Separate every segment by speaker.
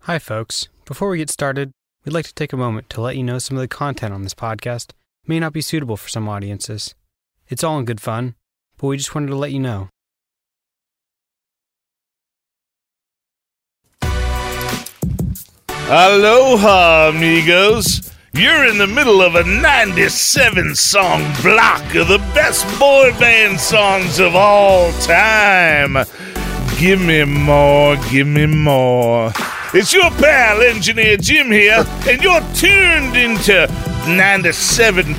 Speaker 1: Hi, folks. Before we get started, we'd like to take a moment to let you know some of the content on this podcast may not be suitable for some audiences. It's all in good fun, but we just wanted to let you know.
Speaker 2: Aloha, amigos. You're in the middle of a 97 song block of the best boy band songs of all time. Give me more, give me more. It's your pal, Engineer Jim here, and you're tuned into 97.2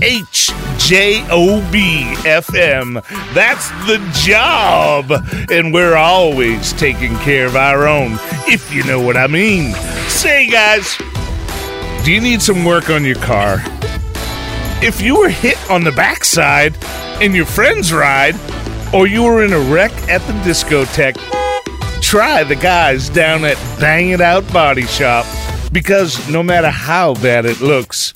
Speaker 2: HJOB FM. That's the job, and we're always taking care of our own, if you know what I mean. Say, guys, do you need some work on your car? If you were hit on the backside in your friend's ride, or you were in a wreck at the discotheque, try the guys down at Bang It Out Body Shop because no matter how bad it looks,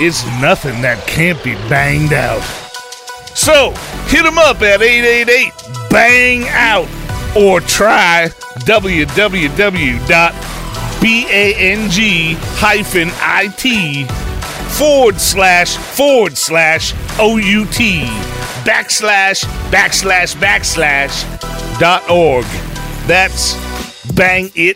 Speaker 2: it's nothing that can't be banged out. So hit them up at 888 Bang Out or try www.bang it forward slash forward slash OUT backslash backslash backslash dot org. That's bangitout.org.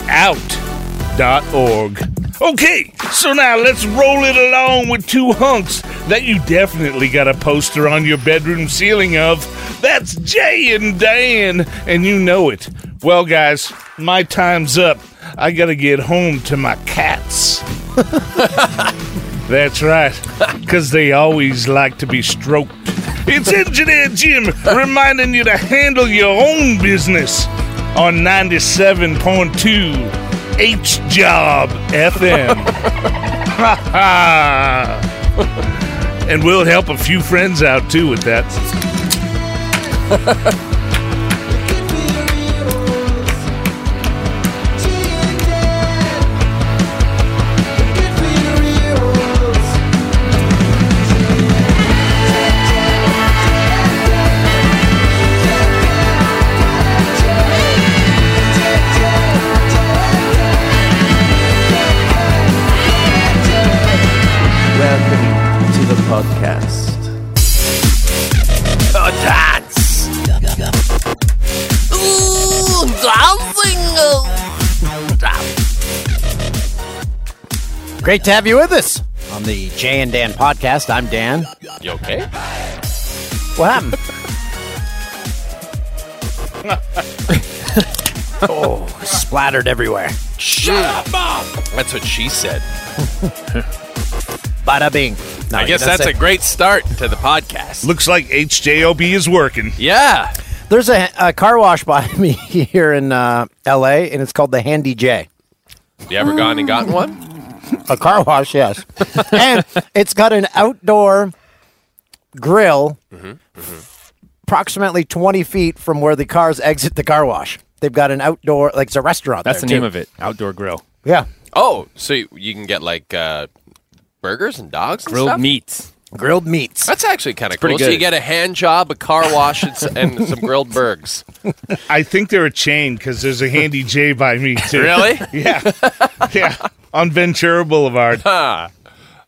Speaker 2: Okay, so now let's roll it along with two hunks that you definitely got a poster on your bedroom ceiling of. That's Jay and Dan, and you know it. Well, guys, my time's up. I gotta get home to my cats. That's right, because they always like to be stroked. It's Engineer Jim reminding you to handle your own business on 97.2 H Job FM. and we'll help a few friends out too with that.
Speaker 3: Welcome to the podcast.
Speaker 4: Ooh, dancing.
Speaker 5: Great to have you with us on the Jay and Dan podcast. I'm Dan. You okay? What happened? oh, splattered everywhere.
Speaker 6: That's what she said.
Speaker 5: Bada bing. No,
Speaker 6: I guess that's a great start to the podcast.
Speaker 2: Looks like HJOB is working.
Speaker 6: Yeah.
Speaker 5: a. There's a, a car wash by me here in uh, L.A. and it's called the Handy J.
Speaker 6: You ever gone and gotten one?
Speaker 5: A car wash, yes. and it's got an outdoor grill approximately 20 feet from where the cars exit the car wash. They've got an outdoor, like it's a restaurant.
Speaker 7: That's the
Speaker 5: there,
Speaker 7: name
Speaker 5: too.
Speaker 7: of it. Outdoor grill.
Speaker 5: Yeah.
Speaker 6: Oh, so you, you can get like uh, burgers and dogs and
Speaker 7: Grilled
Speaker 6: stuff?
Speaker 7: meats.
Speaker 5: Grilled meats.
Speaker 6: That's actually kind of cool.
Speaker 7: pretty
Speaker 6: So you
Speaker 7: good.
Speaker 6: get a hand job, a car wash, and, s- and some grilled burgers.
Speaker 2: I think they're a chain because there's a handy J by me too.
Speaker 6: Really?
Speaker 2: Yeah. Yeah. On Ventura Boulevard.
Speaker 6: Ah.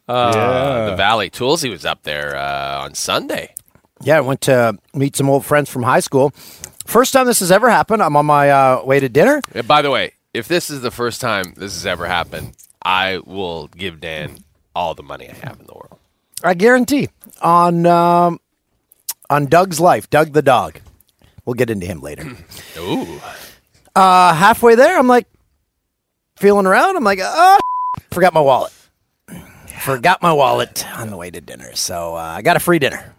Speaker 6: Uh,
Speaker 2: Yeah.
Speaker 6: The Valley Tools. He was up there uh, on Sunday.
Speaker 5: Yeah, I went to meet some old friends from high school. First time this has ever happened. I'm on my uh, way to dinner.
Speaker 6: Uh, By the way, if this is the first time this has ever happened, I will give Dan all the money I have in the world.
Speaker 5: I guarantee on um, on Doug's life, Doug the dog. We'll get into him later.
Speaker 6: Ooh.
Speaker 5: Uh, halfway there, I'm like feeling around. I'm like, oh, forgot my wallet. Forgot my wallet on the way to dinner, so uh, I got a free dinner.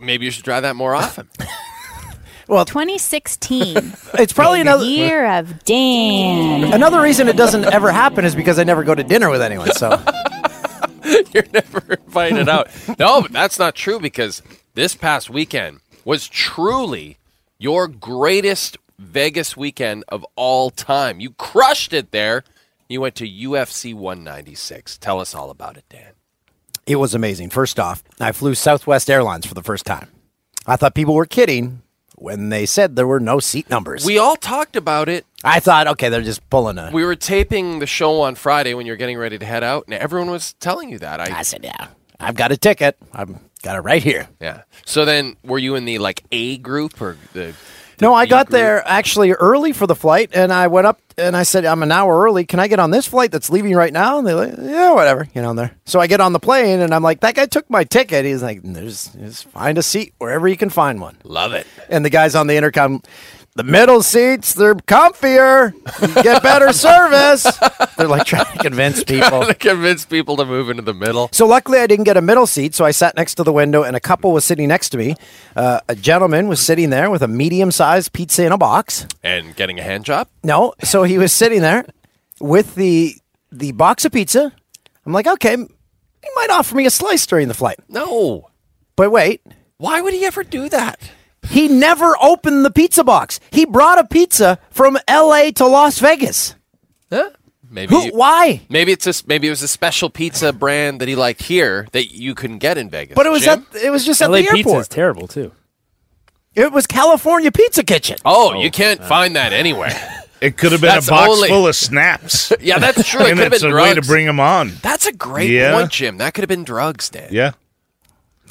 Speaker 6: Maybe you should try that more often.
Speaker 4: 2016,
Speaker 5: It's probably another
Speaker 4: year of Dan.
Speaker 5: another reason it doesn't ever happen is because I never go to dinner with anyone. So
Speaker 6: You're never invited out. No, but that's not true because this past weekend was truly your greatest Vegas weekend of all time. You crushed it there. You went to UFC 196. Tell us all about it, Dan.
Speaker 5: It was amazing. First off, I flew Southwest Airlines for the first time. I thought people were kidding when they said there were no seat numbers.
Speaker 6: We all talked about it.
Speaker 5: I thought, okay, they're just pulling a.
Speaker 6: We were taping the show on Friday when you're getting ready to head out, and everyone was telling you that. I
Speaker 5: I said, yeah, I've got a ticket. I've got it right here.
Speaker 6: yeah. So then, were you in the like A group or the?
Speaker 5: No, I got there actually early for the flight, and I went up and I said, "I'm an hour early. Can I get on this flight that's leaving right now?" And they're like, "Yeah, whatever." You know, and there. So I get on the plane, and I'm like, "That guy took my ticket." He's like, "There's, just find a seat wherever you can find one."
Speaker 6: Love it.
Speaker 5: And the guys on the intercom, the middle seats, they're comfier. You get better service. They're like trying to convince people.
Speaker 6: to convince people to move into the middle.
Speaker 5: So luckily, I didn't get a middle seat, so I sat next to the window, and a couple was sitting next to me. Uh, a gentleman was sitting there with a medium-sized pizza in a box.
Speaker 6: and getting a hand job.
Speaker 5: No, so he was sitting there with the the box of pizza. I'm like, okay, he might offer me a slice during the flight,
Speaker 6: No.
Speaker 5: but wait,
Speaker 6: Why would he ever do that?
Speaker 5: he never opened the pizza box. He brought a pizza from L.A. to Las Vegas.
Speaker 6: Huh? Maybe.
Speaker 5: Who? Why?
Speaker 6: Maybe it's just maybe it was a special pizza brand that he liked here that you couldn't get in Vegas.
Speaker 5: But it was
Speaker 6: Jim?
Speaker 5: at it was just at
Speaker 7: LA
Speaker 5: the
Speaker 7: pizza is
Speaker 5: airport.
Speaker 7: terrible too.
Speaker 5: It was California Pizza Kitchen.
Speaker 6: oh, you can't
Speaker 2: uh,
Speaker 6: find that anywhere.
Speaker 2: It could have been
Speaker 6: That's
Speaker 2: a box
Speaker 6: only-
Speaker 2: full of snaps.
Speaker 6: yeah, that's true. It
Speaker 2: and
Speaker 6: could have
Speaker 2: it's
Speaker 6: been
Speaker 2: a way to
Speaker 6: drugs.
Speaker 2: bring them on.
Speaker 6: that's a great
Speaker 2: Yeah.
Speaker 6: point, Jim. That could have been drugs, Dan.
Speaker 2: Yeah.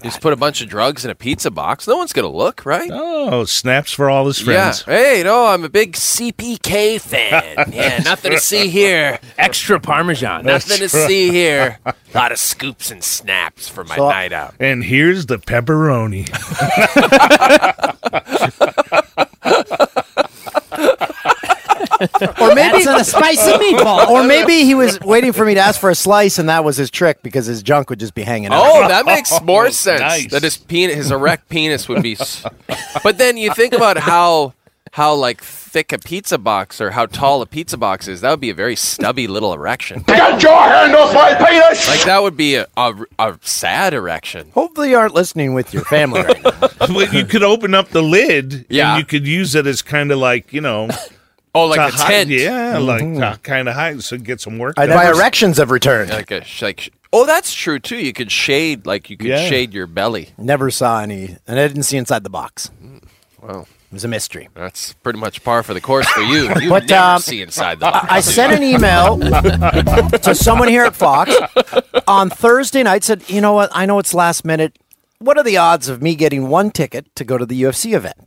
Speaker 6: Just put a bunch of drugs in a pizza box. No one's gonna look, right?
Speaker 2: Oh, snaps for all his
Speaker 6: yeah.
Speaker 2: friends.
Speaker 6: Hey, no, I'm a big CPK fan. yeah, nothing to see here.
Speaker 7: Extra Parmesan.
Speaker 6: Nothing to see here. A lot of scoops and snaps for my
Speaker 5: So-
Speaker 6: night out.
Speaker 2: And here's the pepperoni.
Speaker 5: Or maybe
Speaker 7: a spicy meatball.
Speaker 5: or maybe he was waiting for me to ask for a slice, and that was his trick because his junk would just be hanging out.
Speaker 6: Oh, that makes more sense.
Speaker 2: Nice.
Speaker 6: That his penis, his erect penis, would be. s- but then you think about how how like thick a pizza box or how tall a pizza box is. That would be a very stubby little erection. Get your hand off my penis! Like that would be a, a, a sad erection.
Speaker 5: Hopefully, you aren't listening with your family right now.
Speaker 2: but you could open up the lid
Speaker 6: Yeah.
Speaker 2: and you could use it as kind of like, you know,
Speaker 6: Oh, like
Speaker 2: to
Speaker 6: a
Speaker 2: hide-
Speaker 6: tent.
Speaker 2: Yeah,
Speaker 5: Mm-hmm.
Speaker 2: like kind of high so get some work.
Speaker 5: My
Speaker 2: done.
Speaker 5: erections have returned.
Speaker 6: Like a sh- like. sh- Oh, that's true too. You could shade like you could
Speaker 2: Yeah.
Speaker 6: shade your belly.
Speaker 5: Never saw any, and I didn't see inside the box.
Speaker 6: Wow.
Speaker 5: It was a mystery.
Speaker 6: That's pretty much par for the course for you. You
Speaker 5: But,
Speaker 6: never
Speaker 5: um,
Speaker 6: see inside the. box,
Speaker 5: I
Speaker 6: dude.
Speaker 5: sent an email to someone here at Fox on Thursday night. Said, you know what? I know it's last minute. What are the odds of me getting one ticket to go to the UFC event?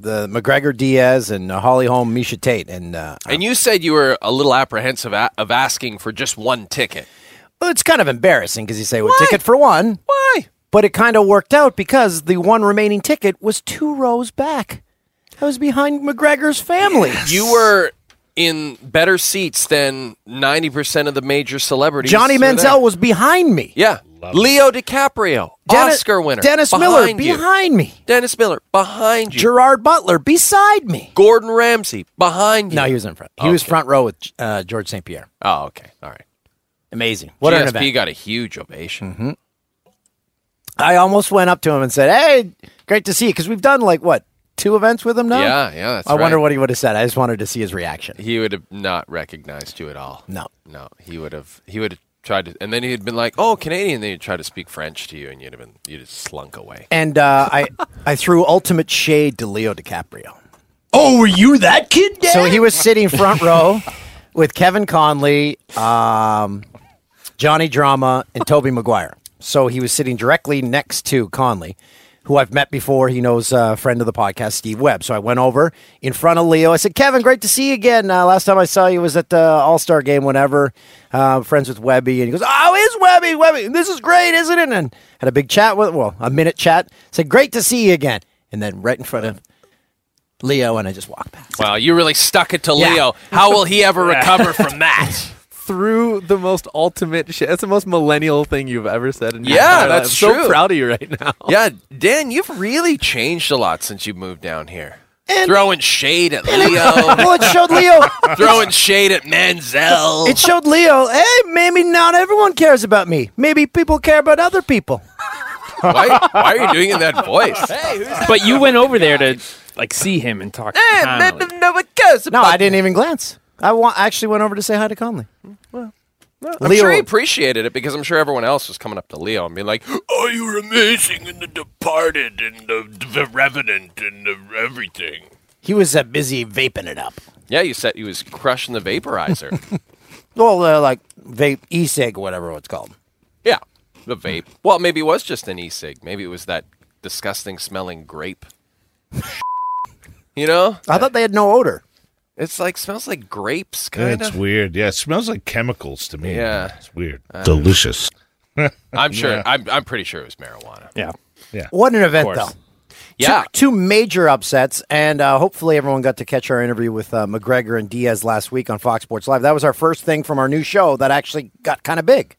Speaker 5: The McGregor Diaz and uh, Holly Holm, Misha Tate, and uh,
Speaker 6: And you said you were a little apprehensive a- of asking for just one ticket.
Speaker 5: Well, it's kind of embarrassing because you say, well, ticket for one. Why? But it kind of worked out because the one remaining ticket was two rows back. I was behind McGregor's family.
Speaker 6: You were in better seats than 90% of the major celebrities.
Speaker 5: Johnny
Speaker 6: were
Speaker 5: Manziel
Speaker 6: there.
Speaker 5: was behind me.
Speaker 6: Yeah. Leo DiCaprio,
Speaker 5: Dennis-
Speaker 6: Oscar winner.
Speaker 5: Dennis
Speaker 6: behind
Speaker 5: Miller
Speaker 6: you.
Speaker 5: behind me.
Speaker 6: Dennis Miller behind you.
Speaker 5: Gerard Butler beside me.
Speaker 6: Gordon Ramsay behind you.
Speaker 5: No, he was in front. He was front row with uh, George St. Pierre.
Speaker 6: Oh, okay. All right.
Speaker 5: Amazing. What an
Speaker 6: GSP
Speaker 5: event. Mm-hmm.
Speaker 6: got a huge ovation.
Speaker 5: I almost went up to him and said, hey, great to see you. Because we've done like, what, two events with him now?
Speaker 6: Yeah, yeah, that's
Speaker 5: I wonder
Speaker 6: right.
Speaker 5: what he would have said. I just wanted to see his reaction.
Speaker 6: He would have not recognized you at all.
Speaker 5: No.
Speaker 6: No, he would have. He would have tried to, and then he'd been like, "Oh, Canadian." Then he'd try to speak French to you, and you'd have been, you'd have slunk away.
Speaker 5: And uh, I, I threw ultimate shade to Leo DiCaprio.
Speaker 7: Oh, were you that kid? Dad?
Speaker 5: So he was sitting front row with Kevin Conley, um, Johnny Drama, and Toby Maguire. So he was sitting directly next to Conley, who I've met before. He knows uh, a friend of the podcast, Steve Webb. So I went over in front of Leo. I said, Kevin, great to see you again. Uh, last time I saw you was at the All Star game, whenever. Uh, friends with Webby. And he goes, Oh, is Webby. Webby, this is great, isn't it? And had a big chat with, well, a minute chat. Said, Great to see you again. And then right in front of Leo, and I just walked past.
Speaker 6: Well, you really stuck it to
Speaker 5: Yeah.
Speaker 6: Leo. How will he ever recover from that?
Speaker 7: through the most ultimate shit. That's the most millennial thing you've ever said. In your
Speaker 6: Yeah,
Speaker 7: entire
Speaker 6: that's
Speaker 7: life.
Speaker 6: true.
Speaker 7: So proud of you right now.
Speaker 6: yeah, Dan, you've really changed a lot since you moved down here.
Speaker 5: And-
Speaker 6: throwing shade at Leo,
Speaker 5: well, it showed Leo.
Speaker 6: throwing shade at Manzel.
Speaker 5: It showed Leo. Hey, maybe not everyone cares about me. Maybe people care about other people.
Speaker 6: why, why are you doing it in that voice?
Speaker 8: But you went over there to like see him and talk. to Connolly.
Speaker 5: No, I didn't even glance. I wa- actually went over to say hi to Conley.
Speaker 6: I'm sure he appreciated it because I'm sure everyone else was coming up to Leo and being like, "Oh, you were amazing in The Departed and The, the Revenant and the everything."
Speaker 5: he was uh, busy vaping it up.
Speaker 6: Yeah, you said he was crushing the vaporizer.
Speaker 5: Well, uh, like vape e-cig, whatever it's called.
Speaker 6: yeah, the vape. Well, maybe it was just an e-cig. Maybe it was that disgusting smelling grape. you know,
Speaker 5: I thought they had no odor.
Speaker 6: it's like smells like grapes, kind
Speaker 2: That's
Speaker 6: of.
Speaker 2: weird. Yeah, it smells like chemicals to me.
Speaker 6: Yeah.
Speaker 2: It's weird. Delicious.
Speaker 6: I'm sure. I'm, I'm pretty sure it was marijuana.
Speaker 8: Yeah.
Speaker 5: What an event,
Speaker 8: course.
Speaker 5: though.
Speaker 6: Yeah.
Speaker 5: Two major upsets, and uh, hopefully everyone got to catch our interview with uh, McGregor and Diaz last week on Fox Sports Live. That was our first thing from our new show that actually got kind of big.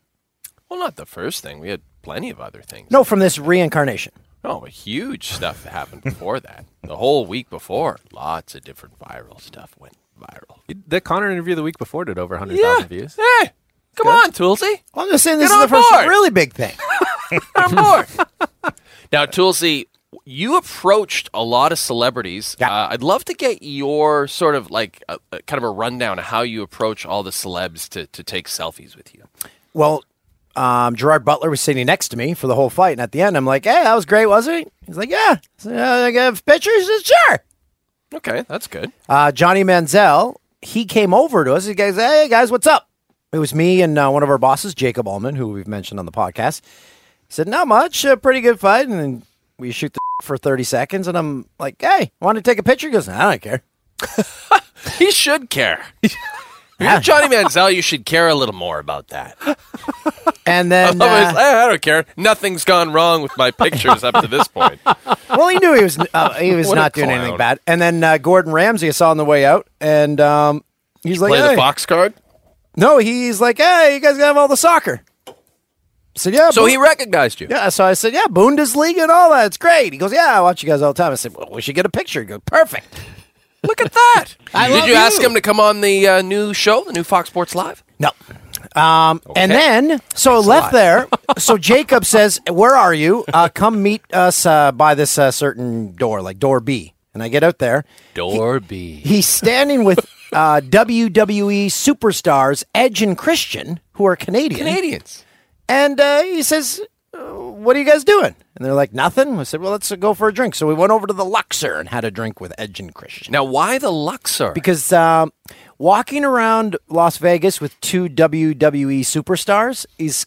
Speaker 6: Well, not the first thing. We had plenty of other things.
Speaker 5: No, from this reincarnation.
Speaker 6: No, but huge stuff happened before that. The whole week before, lots of different viral stuff went viral.
Speaker 7: That Connor interview the week before did over 100,000 views.
Speaker 6: Hey, come on, Toolsy.
Speaker 5: Well, I'm just saying this
Speaker 6: Get
Speaker 5: is the
Speaker 6: on
Speaker 5: first
Speaker 6: board.
Speaker 5: really big thing.
Speaker 6: I'm bored. now, Toolsy, you approached a lot of celebrities.
Speaker 5: Yeah.
Speaker 6: Uh, I'd love to get your sort of like a, a kind of a rundown of how you approach all the celebs to, to take selfies with you.
Speaker 5: Well, um, Gerard Butler was sitting next to me for the whole fight, and at the end, I'm like, "Hey, that was great, wasn't it?" He's like, "Yeah." I said, "Uh, I have pictures. He said, Sure.
Speaker 6: Okay, that's good.
Speaker 5: uh, Johnny Manziel, he came over to us. He goes, "Hey guys, what's up?" It was me and uh, one of our bosses, Jacob Allman, who we've mentioned on the podcast. He said, "Not much, a pretty good fight," and then we shoot the for thirty seconds, and I'm like, "Hey, want to take a picture?" He goes, "I don't care."
Speaker 6: He should care. If You're Johnny Manziel. You should care a little more about that.
Speaker 5: And then,
Speaker 6: Otherwise,
Speaker 5: uh,
Speaker 6: I I don't care. Nothing's gone wrong with my pictures up to this point.
Speaker 5: well, he knew he was uh, he was
Speaker 6: What a
Speaker 5: not doing
Speaker 6: clown.
Speaker 5: anything bad. And then uh, Gordon Ramsay I saw on the way out, and um, he's like,
Speaker 6: Play the
Speaker 5: "Hey."
Speaker 6: box card.
Speaker 5: "No," he's like, "Hey, you guys gotta have all the soccer." I said, "Yeah."
Speaker 6: So
Speaker 5: boy."
Speaker 6: he recognized you.
Speaker 5: Yeah, so I said, yeah, Bundesliga and all that. It's great. He goes, yeah, I watch you guys all the time. I said, well, we should get a picture. He goes, perfect.
Speaker 6: Look at that. Did
Speaker 5: love
Speaker 6: you, ask
Speaker 5: you.
Speaker 6: him to come on the uh, new show, the new Fox Sports Live?
Speaker 5: No. Um, And then, so left there. So Jacob says, where are you? Uh, come meet us uh, by this uh, certain door, like door B. And I get out there.
Speaker 6: Door B.
Speaker 5: He's standing with uh, WWE superstars Edge and Christian, who are Canadian.
Speaker 6: Canadians.
Speaker 5: And uh, he says, uh, What are you guys doing? And they're like, Nothing. I said, Well, let's uh, go for a drink. So we went over to the Luxor and had a drink with Edge and Christian.
Speaker 6: Now, why the Luxor?
Speaker 5: because um, walking around Las Vegas with two WWE superstars is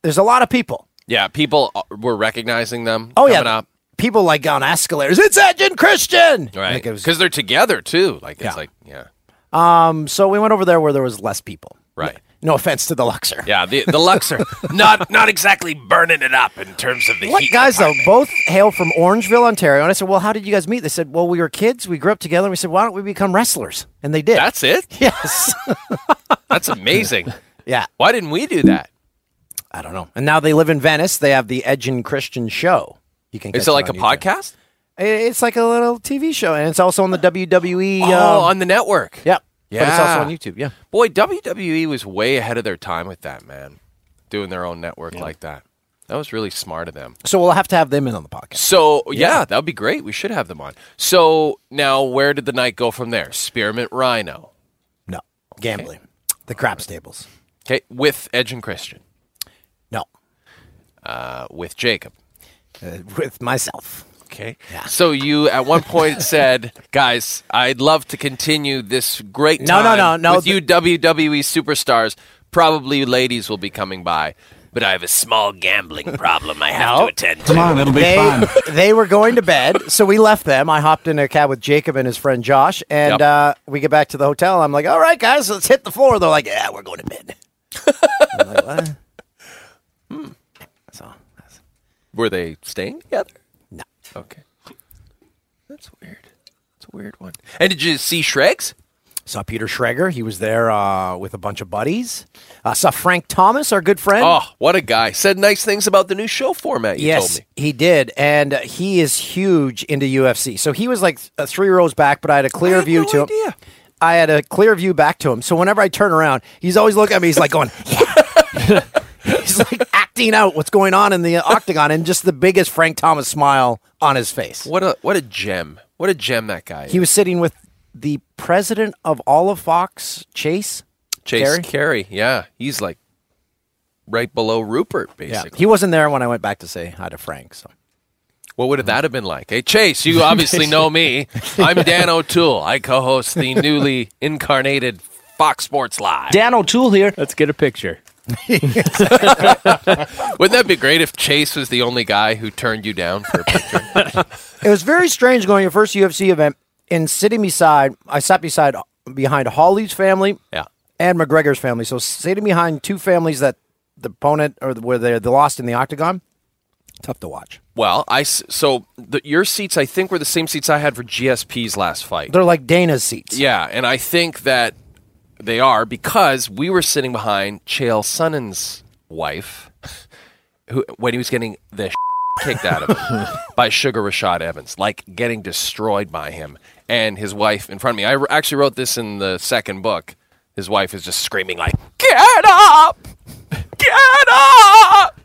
Speaker 5: there's a lot of people.
Speaker 6: yeah, people uh, were recognizing them.
Speaker 5: Oh
Speaker 6: coming
Speaker 5: yeah,
Speaker 6: up.
Speaker 5: people like on escalators. It's Edge and Christian.
Speaker 6: right?
Speaker 5: Like, it was-
Speaker 6: Because they're together too. Like it's
Speaker 5: Yeah.
Speaker 6: like yeah,
Speaker 5: um, so we went over there where there was less people.
Speaker 6: right.
Speaker 5: No offense to the Luxor.
Speaker 6: Yeah, the the Luxor, not not exactly burning it up in terms of the
Speaker 5: What
Speaker 6: heat.
Speaker 5: guys though? Both hail from Orangeville, Ontario. And I said, "Well, how did you guys meet?" They said, "Well, we were kids. We grew up together. And we said, why don't we become wrestlers?" And they did.
Speaker 6: That's it.
Speaker 5: yes.
Speaker 6: That's amazing.
Speaker 5: yeah.
Speaker 6: Why didn't we do that?
Speaker 5: I don't know. And now they live in Venice. They have the Edge and Christian show. You can.
Speaker 6: Is
Speaker 5: catch
Speaker 6: it like a
Speaker 5: on YouTube.
Speaker 6: podcast?
Speaker 5: It- It's like a little TV show, and it's also on the WWE.
Speaker 6: Oh,
Speaker 5: uh,
Speaker 6: on the network.
Speaker 5: yep. But it's also
Speaker 6: Yeah.
Speaker 5: on YouTube. Yeah.
Speaker 6: Boy, WWE was way ahead of their time with that, man. Doing their own network like that. That was really smart of them.
Speaker 5: So we'll have to have them in on the podcast.
Speaker 6: So, yeah, that would be great. We should have them on. So, now where did the night go from there? Spearmint Rhino.
Speaker 5: No gambling, the crap stables.
Speaker 6: Okay, with Edge and Christian,
Speaker 5: No,
Speaker 6: uh, with Jacob.
Speaker 5: uh, with myself.
Speaker 6: Okay. So, you at one point said, guys, I'd love to continue this great
Speaker 5: No,
Speaker 6: time
Speaker 5: no, no, no,
Speaker 6: with you WWE superstars. Probably ladies will be coming by, but I have a small gambling problem I have to attend to.
Speaker 5: They, they were going to bed, so we left them. I hopped in a cab with Jacob and his friend Josh, and
Speaker 6: Yep.
Speaker 5: uh, we get back to the hotel. I'm like, "All right, guys, let's hit the floor." They're like, "Yeah, we're going to bed." I'm like, what? So
Speaker 6: Were they staying together?
Speaker 5: No.
Speaker 6: Okay. That's weird. That's a weird one. And did you see Shregs?
Speaker 5: saw Peter Schreger. He was there uh, with a bunch of buddies. Uh, saw Frank Thomas, our good friend.
Speaker 6: Oh, what a guy. Said nice things about the new show format you
Speaker 5: yes,
Speaker 6: told me.
Speaker 5: he did, and uh, he is huge into UFC. So he was like th- uh, three rows back, but I had a clear view to him. I had a clear view back to him. So whenever I turn around, he's always looking at me. He's like going, yeah. he's like acting out what's going on in the octagon, and just the biggest Frank Thomas smile on his face.
Speaker 6: What a what a gem. What a gem that guy is.
Speaker 5: He was sitting with the president of all of Fox, Chase.
Speaker 6: Chase
Speaker 5: Carey?
Speaker 6: Carey. Yeah, he's like right below Rupert,
Speaker 5: Yeah,
Speaker 6: basically.
Speaker 5: he wasn't there when I went back to say hi to Frank. So
Speaker 6: What would that have been like? Hey, Chase, you obviously know me. I'm Dan O'Toole. I co host the newly incarnated Fox Sports Live.
Speaker 9: Dan O'Toole here.
Speaker 8: Let's get a picture.
Speaker 6: Wouldn't that be great if Chase was the only guy who turned you down for a picture?
Speaker 5: it was very strange going to your first UFC event and sitting beside. I sat beside behind Holly's family
Speaker 6: yeah.
Speaker 5: and McGregor's family. So sitting behind two families that the opponent or the, where they they lost in the octagon. Tough to watch.
Speaker 6: Well, I s- so the, your seats I think were the same seats I had for GSP's last fight.
Speaker 5: They're like Dana's seats.
Speaker 6: Yeah, and I think that they are because we were sitting behind Chael Sonnen's wife who, when he was getting the kicked out of him by Sugar Rashad Evans, like getting destroyed by him and his wife in front of me. I r- actually wrote this in the second book. His wife is just screaming like, "Get up! Get up!"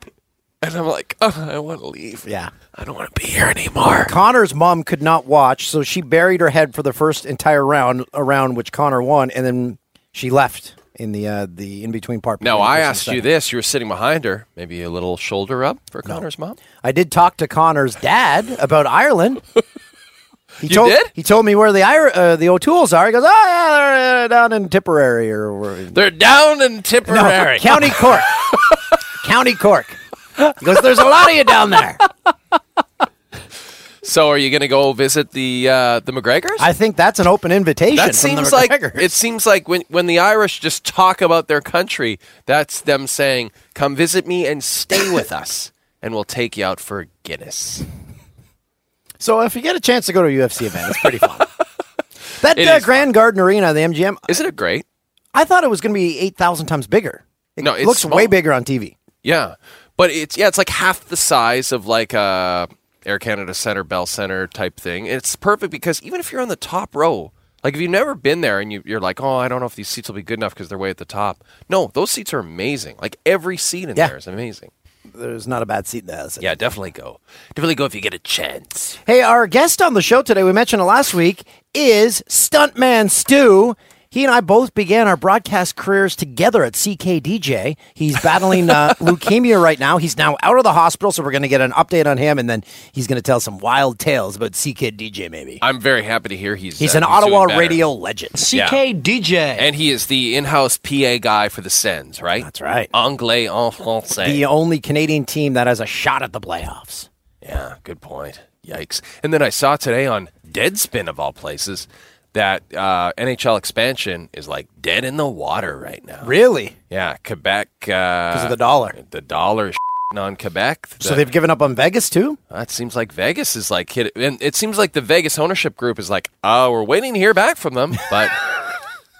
Speaker 6: And I'm like, oh, "I want to leave.
Speaker 5: Yeah.
Speaker 6: I don't want to be here anymore."
Speaker 5: Connor's mom could not watch, so she buried her head for the first entire round, around which Connor won, and then she left in the uh, the in between part.
Speaker 6: Now
Speaker 5: between the
Speaker 6: I
Speaker 5: first and
Speaker 6: asked you
Speaker 5: second.
Speaker 6: this. You were sitting behind her, maybe a little shoulder up for Connor's mom.
Speaker 5: I did talk to Connor's dad about Ireland. He
Speaker 6: You
Speaker 5: told,
Speaker 6: did?
Speaker 5: He told me where the Ir- uh, the O'Toole's are. He goes, oh yeah, they're uh, down in Tipperary or where-
Speaker 6: They're down in Tipperary.
Speaker 5: no, County Cork, County Cork. He goes, there's a lot of you down there.
Speaker 6: so, are you going to go visit the uh, the McGregors?
Speaker 5: I think that's an open invitation.
Speaker 6: that
Speaker 5: from
Speaker 6: seems
Speaker 5: the
Speaker 6: like
Speaker 5: McGregors.
Speaker 6: it seems like when when the Irish just talk about their country, that's them saying, "Come visit me and stay with us, and we'll take you out for Guinness."
Speaker 5: So if you get a chance to go to a UFC event, it's pretty fun. that
Speaker 6: It
Speaker 5: uh,
Speaker 6: is
Speaker 5: Grand Garden Arena, the MGM,
Speaker 6: Isn't it great?
Speaker 5: I thought it was going to be 8,000 times bigger. It
Speaker 6: No, it's
Speaker 5: looks
Speaker 6: small.
Speaker 5: way bigger on TV.
Speaker 6: Yeah, but it's yeah, it's like half the size of like a Air Canada Center, Bell Center type thing. It's perfect because even if you're on the top row, like if you've never been there and you, you're like, oh, I don't know if these seats will be good enough because they're way at the top. No, those seats are amazing. Like every seat in
Speaker 5: Yeah.
Speaker 6: there is amazing.
Speaker 5: There's not a bad seat in there. is it?
Speaker 6: Yeah, definitely go. Definitely go if you get a chance.
Speaker 5: Hey, our guest on the show today, we mentioned it last week, is Stuntman Stu. He and I both began our broadcast careers together at CKDJ. He's battling uh, leukemia right now. He's now out of the hospital, so we're going to get an update on him, and then he's going to tell some wild tales about CKDJ, maybe.
Speaker 6: I'm very happy to hear he's
Speaker 5: He's
Speaker 6: uh,
Speaker 5: an
Speaker 6: doing
Speaker 5: Ottawa
Speaker 6: better.
Speaker 5: radio legend.
Speaker 9: CK DJ.
Speaker 6: and he is the in-house PA guy for the Sens, right? That's
Speaker 5: right.
Speaker 6: Anglais en français.
Speaker 5: the only Canadian team that has a shot at the playoffs.
Speaker 6: Yeah, good point. Yikes. And then I saw today on Deadspin, of all places, that uh, NHL expansion is like dead in the water right now.
Speaker 5: Really?
Speaker 6: Yeah, Quebec.
Speaker 5: Because
Speaker 6: Because
Speaker 5: of the dollar.
Speaker 6: The dollar is on Quebec.
Speaker 5: So they've given up on Vegas too?
Speaker 6: That seems like Vegas is like hit. And it seems like the Vegas ownership group is like, oh, we're waiting to hear back from them. But.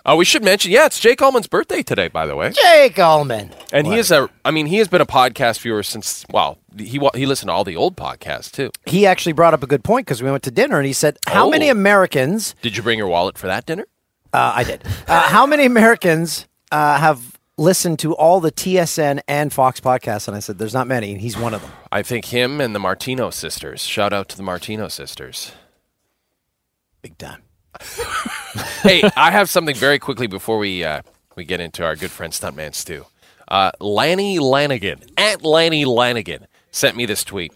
Speaker 6: Oh, we should mention, yeah, it's Jake Allman's birthday today, by the way.
Speaker 5: Jake Allman.
Speaker 6: And he is a, I mean, he has been a podcast viewer since, well, he wa- he listened to all the old podcasts too.
Speaker 5: He actually brought up a good point because we went to dinner and he said, How
Speaker 6: Oh.
Speaker 5: many Americans,
Speaker 6: Did you bring your wallet for that dinner?
Speaker 5: uh, I did, uh, how many Americans uh, have listened to all the TSN and Fox podcasts? And I said, There's not many. And he's one of them.
Speaker 6: I think him and the Martino sisters. Shout out to the Martino sisters.
Speaker 5: Big time.
Speaker 6: Hey, I have something very quickly before we uh, we get into our good friend Stuntman Stu. Uh, Lanny Lanigan at Lanny Lanigan sent me this tweet.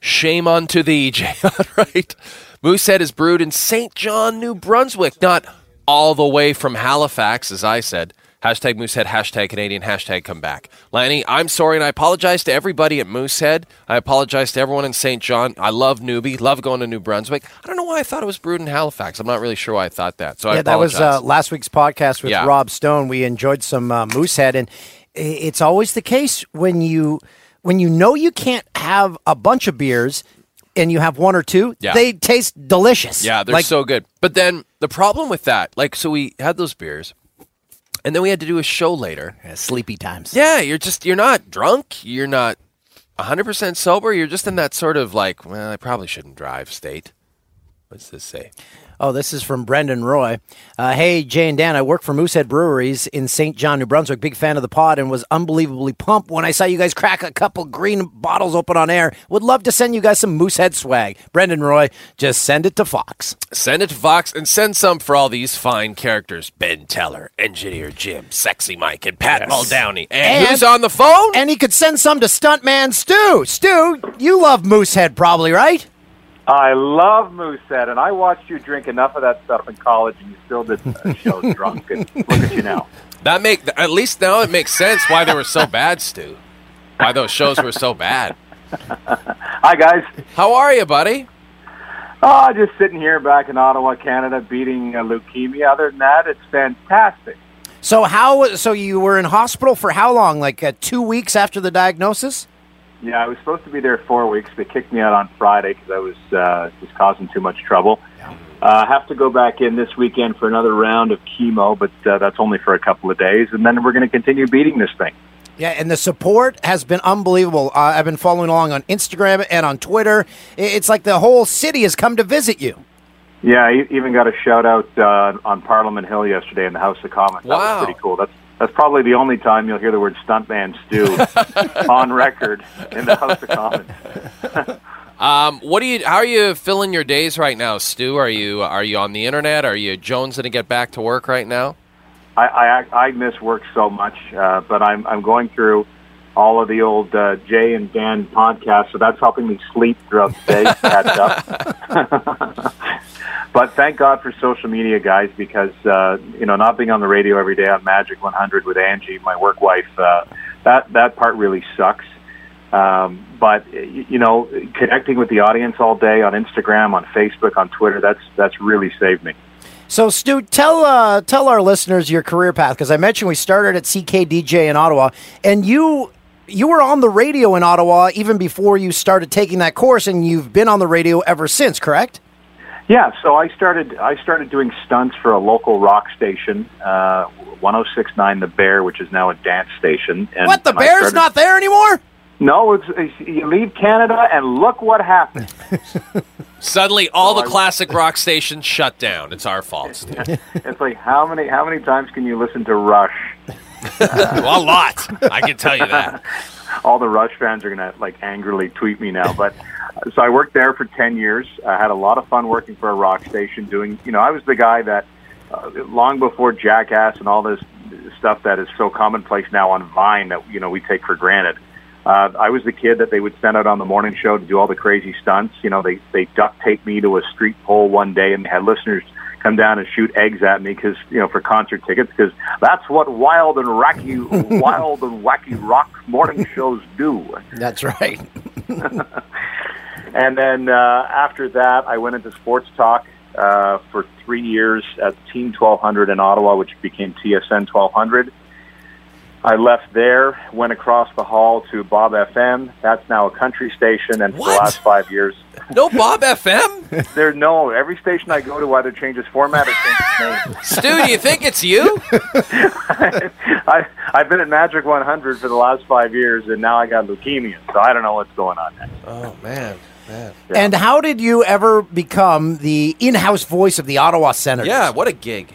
Speaker 6: Shame unto thee, J. right? Moosehead is brewed in St. John, New Brunswick, not all the way from Halifax, as I said. Hashtag Moosehead, hashtag Canadian, hashtag come back. Lanny, I'm sorry and I apologize to everybody at Moosehead. I apologize to everyone in St. John. I love newbie, love going to New Brunswick. I don't know why I thought it was brewed in Halifax. I'm not really sure why I thought that. So I
Speaker 5: yeah, that was
Speaker 6: apologize.
Speaker 5: uh, last week's podcast with
Speaker 6: Yeah.
Speaker 5: Rob Stone. We enjoyed some uh, Moosehead, and i- it's always the case when you when you know you can't have a bunch of beers and you have one or two,
Speaker 6: Yeah.
Speaker 5: they taste delicious.
Speaker 6: Yeah, they're
Speaker 5: like,
Speaker 6: so good. But then the problem with that, like, so we had those beers, and then we had to do a show later.
Speaker 5: uh, sleepy times.
Speaker 6: Yeah, you're just you're not drunk, you're not 100 percent sober. You're just in that sort of like, well, I probably shouldn't drive state. What's this say?
Speaker 5: Oh, this is from Brendan Roy. Uh, hey, Jay and Dan, I work for Moosehead Breweries in St. John, New Brunswick. Big fan of the pod and was unbelievably pumped when I saw you guys crack a couple green bottles open on air. Would love to send you guys some Moosehead swag. Brendan Roy, just send it to Fox.
Speaker 6: Send it to Fox and send some for all these fine characters Ben Teller, Engineer Jim, Sexy Mike, and Pat Muldowney. And,
Speaker 5: And-
Speaker 6: who's on the phone?
Speaker 5: And he could send some to Stuntman Stu. Stu, you love Moosehead probably, right?
Speaker 9: I love Moosehead, and I watched you drink enough of that stuff in college, and you still did a show drunk. And look at you now.
Speaker 6: that make At least now it makes sense why they were so bad, Stu. Why those shows were so bad.
Speaker 9: Hi, guys.
Speaker 6: How are you, buddy?
Speaker 9: Oh, just sitting here back in Ottawa, Canada, beating uh, leukemia. Other than that, it's fantastic.
Speaker 5: So how? So you were in hospital for how long? Like uh, two weeks after the diagnosis?
Speaker 9: Yeah, I was supposed to be there four weeks. They kicked me out on Friday because I was uh, just causing too much trouble. Uh, I have to go back in this weekend for another round of chemo, but uh, that's only for a couple of days, and then we're going to continue beating this thing.
Speaker 5: Yeah, and the support has been unbelievable. Uh, I've been following along on Instagram and on Twitter. I- It's like the whole city has come to visit you.
Speaker 9: Yeah, I even got a shout out uh, on Parliament Hill yesterday in the House of Commons. That
Speaker 6: Wow.
Speaker 9: was pretty cool. That's that's probably the only time you'll hear the word stuntman Stu on record in the House of Commons.
Speaker 6: Um, what do you? How are you filling your days right now, Stu? Are you are you on the internet? Are you jonesing to get back to work right now?
Speaker 9: I I, act- I miss work so much, uh, but I'm I'm going through all of the old uh, Jay and Dan podcasts, so that's helping me sleep throughout the day. catch up. but thank God for social media, guys, because uh, you know not being on the radio every day on Magic 100 with Angie, my work wife, uh, that that part really sucks. Um, but y- you know, connecting with the audience all day on Instagram, on Facebook, on Twitter—that's that's really saved me.
Speaker 5: So, Stu, tell uh, tell our listeners your career path because I mentioned we started at CKDJ in Ottawa, and you you were on the radio in Ottawa even before you started taking that course, and you've been on the radio ever since. Correct?
Speaker 9: Yeah, so I started I started doing stunts for a local rock station, uh, 106.9 The Bear, which is now a dance station. And
Speaker 5: what the
Speaker 9: when I
Speaker 5: bear's
Speaker 9: started-
Speaker 5: not there anymore?
Speaker 9: No, it's, it's, you leave Canada and look what happened.
Speaker 6: Suddenly, all the classic rock stations shut down. It's our fault. Stu.
Speaker 9: it's like how many how many times can you listen to Rush?
Speaker 6: a lot. I can tell you that.
Speaker 9: All the Rush fans are gonna like angrily tweet me now. But uh, so I worked there for ten years. I had a lot of fun working for a rock station. Doing you know I was the guy that uh, long before Jackass and all this stuff that is so commonplace now on Vine that you know we take for granted. Uh, I was the kid that they would send out on the morning show to do all the crazy stunts. You know, they they duct taped me to a street pole one day and had listeners come down and shoot eggs at me because you know for concert tickets because that's what wild and wacky wild and wacky rock morning shows do.
Speaker 5: That's right.
Speaker 9: And then uh, after that, I went into sports talk uh, for three years at Team 1200 in Ottawa, which became TSN 1200. I left there, went across the hall to Bob FM. That's now a country station, and for the
Speaker 6: What?
Speaker 9: last five years,
Speaker 6: No Bob FM?
Speaker 9: there no every station I go to either changes format or changes name.
Speaker 6: Stu, do you think it's you?
Speaker 9: I, I've been at Magic 100 for the last five years, and now I got leukemia, so I don't know what's going on next.
Speaker 6: Oh, man.
Speaker 5: And how did you ever become the in-house voice of the Ottawa Senators?
Speaker 6: Yeah, what a gig.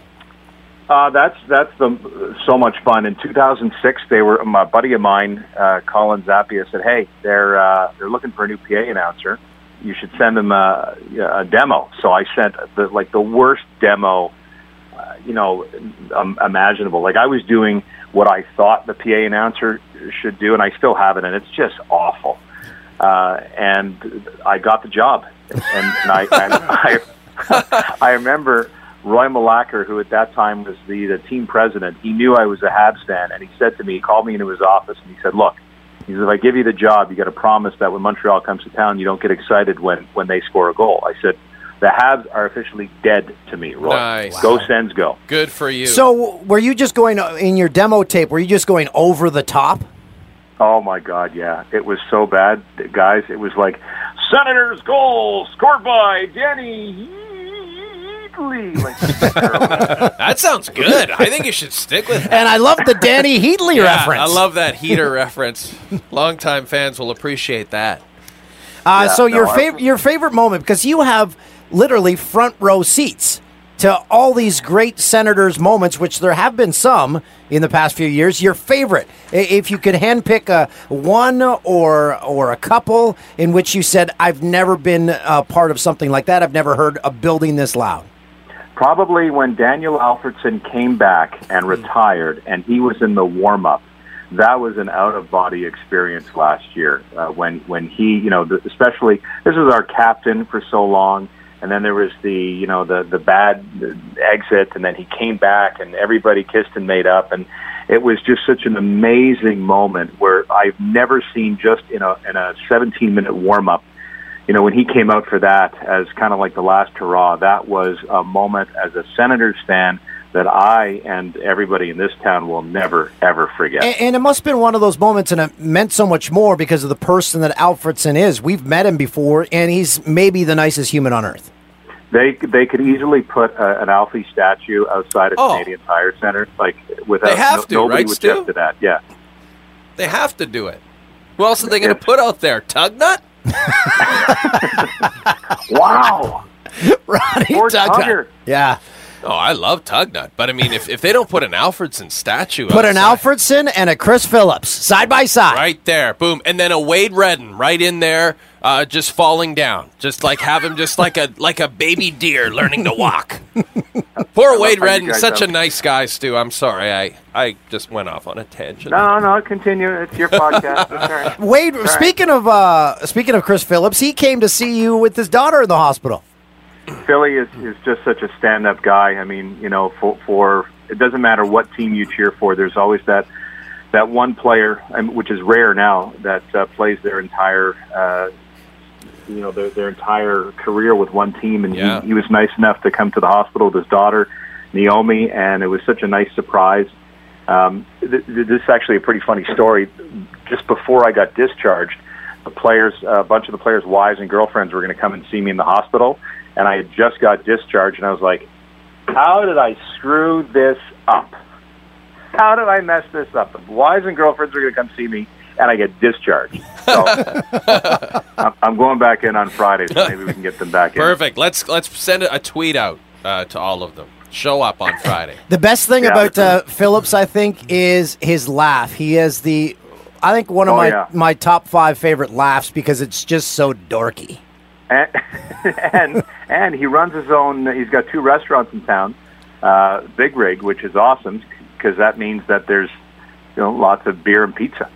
Speaker 9: Uh, that's that's the so much fun. In 2006, they were my buddy of mine, uh, Colin Zappia, said, "Hey, they're uh, they're looking for a new PA announcer. You should send them a, a demo." So I sent the, like the worst demo, uh, you know, um, imaginable. Like I was doing what I thought the PA announcer should do, and I still have it, and it's just awful. Uh, and I got the job, and, and I. And I I remember Roy Malacker, who at that time was the, the team president, he knew I was a Habs fan, and he said to me, he called me into his office, and he said, look, he said, if I give you the job, you got to promise that when Montreal comes to town, you don't get excited when, when they score a goal. I said, the Habs are officially dead to me, Roy.
Speaker 6: Nice.
Speaker 9: Go Sens, go.
Speaker 6: Good for you.
Speaker 5: So were you just going uh, in your demo tape? Were you just going over the top?
Speaker 9: Oh my God, yeah, it was so bad, guys. It was like Senators goal scored by Danny Heatley. Like,
Speaker 6: that sounds good. I think you should stick with that.
Speaker 5: And I love the Danny Heatley
Speaker 6: Yeah,
Speaker 5: reference.
Speaker 6: I love that heater reference. Longtime fans will appreciate that.
Speaker 5: Uh, so
Speaker 9: no,
Speaker 5: your
Speaker 9: I-
Speaker 5: favorite your favorite moment because you have literally front row seats to all these great senators' moments, which there have been some in the past few years. Your favorite, I- if you could handpick a one or or a couple in which you said, "I've never been a part of something like that. I've never heard a building this loud."
Speaker 9: Probably when Daniel Alfredson came back and retired, and he was in the warm up. That was an out of body experience last year uh, when when he, you know, the, especially this was our captain for so long, and then there was the, you know, the the bad exit, and then he came back, and everybody kissed and made up, and it was just such an amazing moment where I've never seen just in a in a 17 minute warm up you know, when he came out for that as kind of like the last hurrah, that was a moment as a Senators fan that I and everybody in this town will never, ever forget.
Speaker 6: Eh.
Speaker 5: And, and it must have been one of those moments, and it meant so much more because of the person that Alfredson is. We've met him before, and he's maybe the nicest human on earth.
Speaker 9: They they could easily put a, an Alfie statue outside of
Speaker 6: Oh.
Speaker 9: Canadian Tire Center, like without
Speaker 6: They have
Speaker 9: no-
Speaker 6: to,
Speaker 9: nobody
Speaker 6: right,
Speaker 9: would
Speaker 6: Stu?
Speaker 9: object to that. Yeah,
Speaker 6: They have to do it. Who else are they going to put out there? Tugnut?
Speaker 9: wow,
Speaker 5: Ronnie
Speaker 9: Or
Speaker 5: Tuck-
Speaker 9: Tugger.
Speaker 5: Yeah.
Speaker 6: Oh, I love Tugnut, but I mean, if, if they don't put an Alfredson statue,
Speaker 5: Put an
Speaker 6: outside-
Speaker 5: Alfredson and a Chris Phillips side by side.
Speaker 6: right there, boom, and then a Wade Redden right in there, uh, just falling down, just like have him just like a like a baby deer learning to walk. Poor Wade
Speaker 9: how you
Speaker 6: Redden,
Speaker 9: guys
Speaker 6: such a
Speaker 9: have-
Speaker 6: nice guy, Stu. I'm sorry, I I just went off on a tangent.
Speaker 9: no, no, continue. It's your podcast. It's all right.
Speaker 5: Wade,
Speaker 9: right.
Speaker 5: speaking of uh, speaking of Chris Phillips, he came to see you with his daughter in the hospital.
Speaker 9: Philly is, is just such a stand up guy. I mean, you know, for, for it doesn't matter what team you cheer for, there's always that that one player, um, which is rare now, that uh, plays their entire uh, you know their, their entire career with one team. And
Speaker 6: Yeah.
Speaker 9: he, he was nice enough to come to the hospital with his daughter Naomi, and it was such a nice surprise. Um, th- th- this is actually a pretty funny story. Just before I got discharged, the players, a bunch of the players' wives and girlfriends were going to come and see me in the hospital, and I had just got discharged, and I was like, "How did I screw this up? How did I mess this up? The wives and girlfriends are going to come see me." And I get discharged. So I'm- I'm going back in on Friday, so maybe we can get them back in.
Speaker 6: Perfect. Let's let's send a tweet out uh, to all of them. Show up on Friday.
Speaker 5: The best thing
Speaker 9: Yeah.
Speaker 5: about uh, Phillips, I think, is his laugh. He has the, I think, one of
Speaker 9: Oh,
Speaker 5: my
Speaker 9: yeah.
Speaker 5: my top five favorite laughs because it's just so dorky.
Speaker 9: and and, and he runs his own. He's got two restaurants in town, uh, Big Rig, which is awesome because that means that there's you know lots of beer and pizza.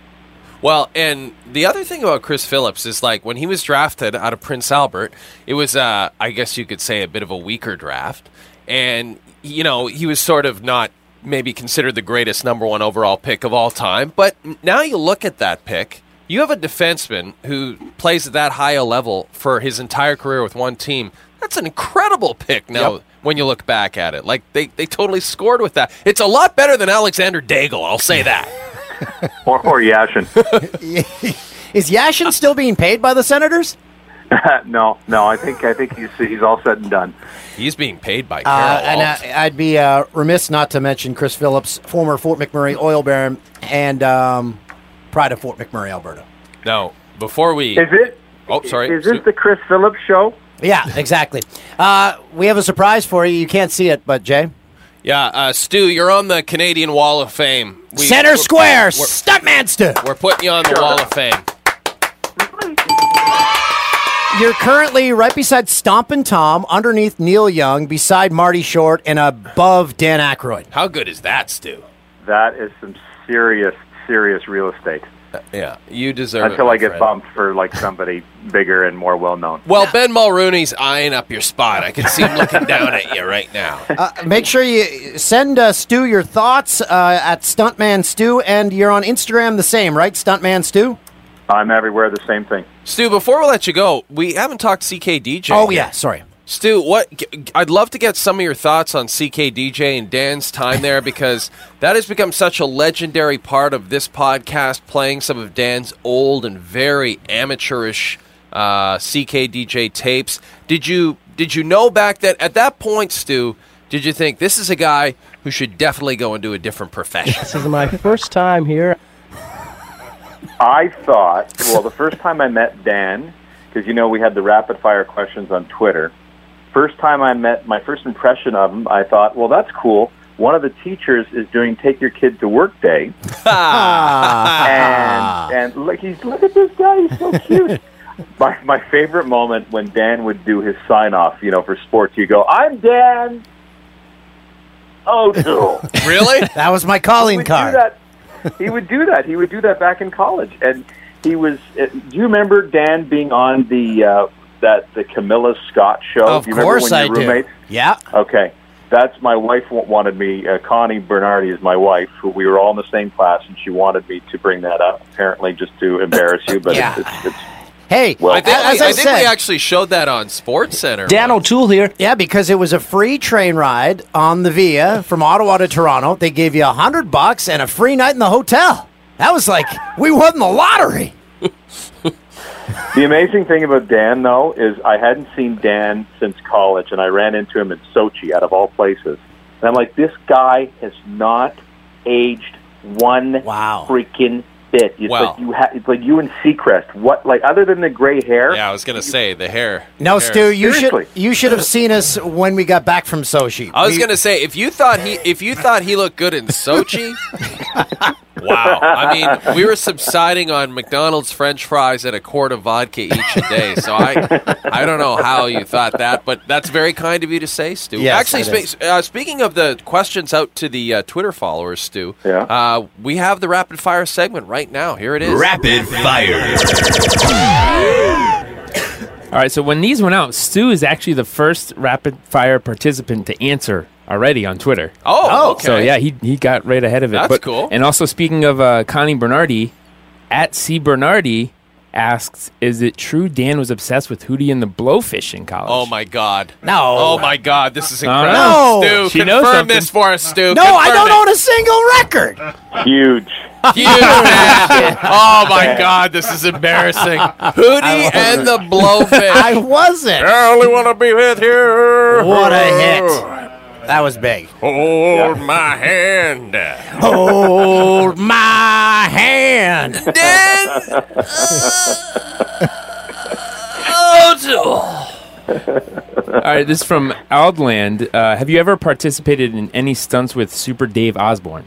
Speaker 6: Well, and the other thing about Chris Phillips is like when he was drafted out of Prince Albert, it was, uh, I guess you could say, a bit of a weaker draft. And, you know, he was sort of not maybe considered the greatest number one overall pick of all time. But now you look at that pick, you have a defenseman who plays at that high a level for his entire career with one team. That's an incredible pick now when you look back at it. Like, they, they totally scored with that. It's a lot better than Alexander Daigle, I'll say that.
Speaker 9: Or or Yashin.
Speaker 5: Is Yashin still being paid by the Senators?
Speaker 9: Uh, no, no, I think I think he's he's all said and done.
Speaker 6: He's being paid by Carol.
Speaker 5: Uh, and
Speaker 6: Alt.
Speaker 5: I, I'd be uh, remiss not to mention Chris Phillips, former Fort McMurray oil baron and um, pride of Fort McMurray, Alberta.
Speaker 6: no, before we.
Speaker 9: Is it?
Speaker 6: Oh, sorry.
Speaker 9: Is this the Chris Phillips show?
Speaker 5: Yeah, exactly. Uh, we have a surprise for you. You can't see it, but Jay.
Speaker 6: yeah, uh, Stu, you're on the Canadian Wall of Fame. We-
Speaker 5: Center
Speaker 6: we're-
Speaker 5: square,
Speaker 6: We're,
Speaker 5: stuntman Stu.
Speaker 6: we're putting you on the Wall of Fame.
Speaker 5: You're currently right beside Stompin' Tom, underneath Neil Young, beside Marty Short, and above Dan Aykroyd.
Speaker 6: How good is that, Stu?
Speaker 9: That is some serious serious real estate.
Speaker 6: Yeah, you deserve it.
Speaker 9: Until
Speaker 6: my
Speaker 9: I get
Speaker 6: friend.
Speaker 9: bumped for like somebody bigger and more well known.
Speaker 6: Well, Ben Mulrooney's eyeing up your spot. I can see him looking down at you right now.
Speaker 5: Uh, make sure you send uh, Stu your thoughts uh, at Stuntman Stu, and you're on Instagram the same, right? Stuntman Stu?
Speaker 9: I'm everywhere the same thing.
Speaker 6: Stu, before we let you go, we haven't talked CKDJ.
Speaker 5: Oh,
Speaker 6: yet.
Speaker 5: yeah, sorry.
Speaker 6: Stu, what g- I'd love to get some of your thoughts on CKDJ and Dan's time there because that has become such a legendary part of this podcast. Playing some of Dan's old and very amateurish uh, CKDJ tapes. Did you did you know back then at that point, Stu? Did you think this is a guy who should definitely go into a different profession?
Speaker 10: This is my first time here.
Speaker 9: I thought, well, the first time I met Dan, because you know we had the rapid fire questions on Twitter, First time I met, my first impression of him, I thought, well, that's cool. One of the teachers is doing Take Your Kid to Work Day. and and look, he's, look at this guy, he's so cute. my, my favorite moment when Dan would do his sign off, you know, for sports, you go, I'm Dan Oh, O'Toole.
Speaker 6: Really?
Speaker 5: That was my calling card.
Speaker 9: Do that. He would do that. He would do that back in college, and he was. uh, Do you remember Dan being on the uh, that the Camilla Scott show?
Speaker 5: Of
Speaker 9: do you
Speaker 5: course I
Speaker 9: remember when your
Speaker 5: do.
Speaker 9: roommates?
Speaker 5: Yeah.
Speaker 9: Okay, that's my wife wa- wanted me. Uh, Connie Bernardi is my wife. Who we were all in the same class, and she wanted me to bring that up. Apparently, just to embarrass you, but
Speaker 5: Yeah.
Speaker 9: it's, it's, it's
Speaker 5: Hey,
Speaker 9: Well,
Speaker 6: I think,
Speaker 5: as
Speaker 6: we,
Speaker 5: I,
Speaker 6: I think
Speaker 5: said,
Speaker 6: we actually showed that on Sports Center.
Speaker 3: Dan O'Toole here.
Speaker 5: yeah, because it was a free train ride on the Via from Ottawa to Toronto. They gave you a hundred bucks and a free night in the hotel. That was like we won the lottery.
Speaker 9: The amazing thing about Dan, though, is I hadn't seen Dan since college, and I ran into him in Sochi, out of all places. And I'm like, this guy has not aged one
Speaker 5: Wow.
Speaker 9: freaking bit. It's
Speaker 6: Wow.
Speaker 9: like you ha- it's like you and Seacrest. What, like, other than the gray hair?
Speaker 6: Yeah, I was gonna say the hair.
Speaker 5: No,
Speaker 6: hair.
Speaker 5: Stu, you
Speaker 9: Seriously.
Speaker 5: should you should have seen us when we got back from Sochi.
Speaker 6: I was
Speaker 5: We-
Speaker 6: gonna say if you thought he if you thought he looked good in Sochi, wow! I mean, we were subsiding on McDonald's French fries and a quart of vodka each a day. So I I don't know how you thought that, but that's very kind of you to say, Stu.
Speaker 5: Yes,
Speaker 6: Actually,
Speaker 5: that
Speaker 6: spe- uh, speaking of the questions out to the uh, Twitter followers, Stu,
Speaker 9: Yeah.
Speaker 6: uh, we have the rapid fire segment right now. Here it is.
Speaker 2: Rapid fire.
Speaker 8: All right, so when these went out, Stu is actually the first rapid fire participant to answer already on Twitter.
Speaker 6: oh, okay.
Speaker 8: So yeah, he he got right ahead of it.
Speaker 6: That's cool.
Speaker 8: And also speaking of uh, Connie Bernardi, at C Bernardi asks, "Is it true Dan was obsessed with Hootie and the Blowfish in college?"
Speaker 6: Oh my God!
Speaker 5: No.
Speaker 6: Oh my God! This is incredible.
Speaker 5: No.
Speaker 6: Stu,
Speaker 8: She knows
Speaker 6: confirm
Speaker 8: something.
Speaker 6: this for us, Stu.
Speaker 5: No, I don't
Speaker 6: know.
Speaker 5: own a single record.
Speaker 9: Huge.
Speaker 6: Huge. oh my god, this is embarrassing. Hootie and the
Speaker 5: I
Speaker 6: Blowfish.
Speaker 5: wasn't.
Speaker 6: only want to be with you. Oh.
Speaker 5: What a hit. That was big.
Speaker 6: Hold my hand.
Speaker 5: Hold my hand.
Speaker 8: All right, this is from Outland. Uh, have you ever participated in any stunts with Super Dave Osborne?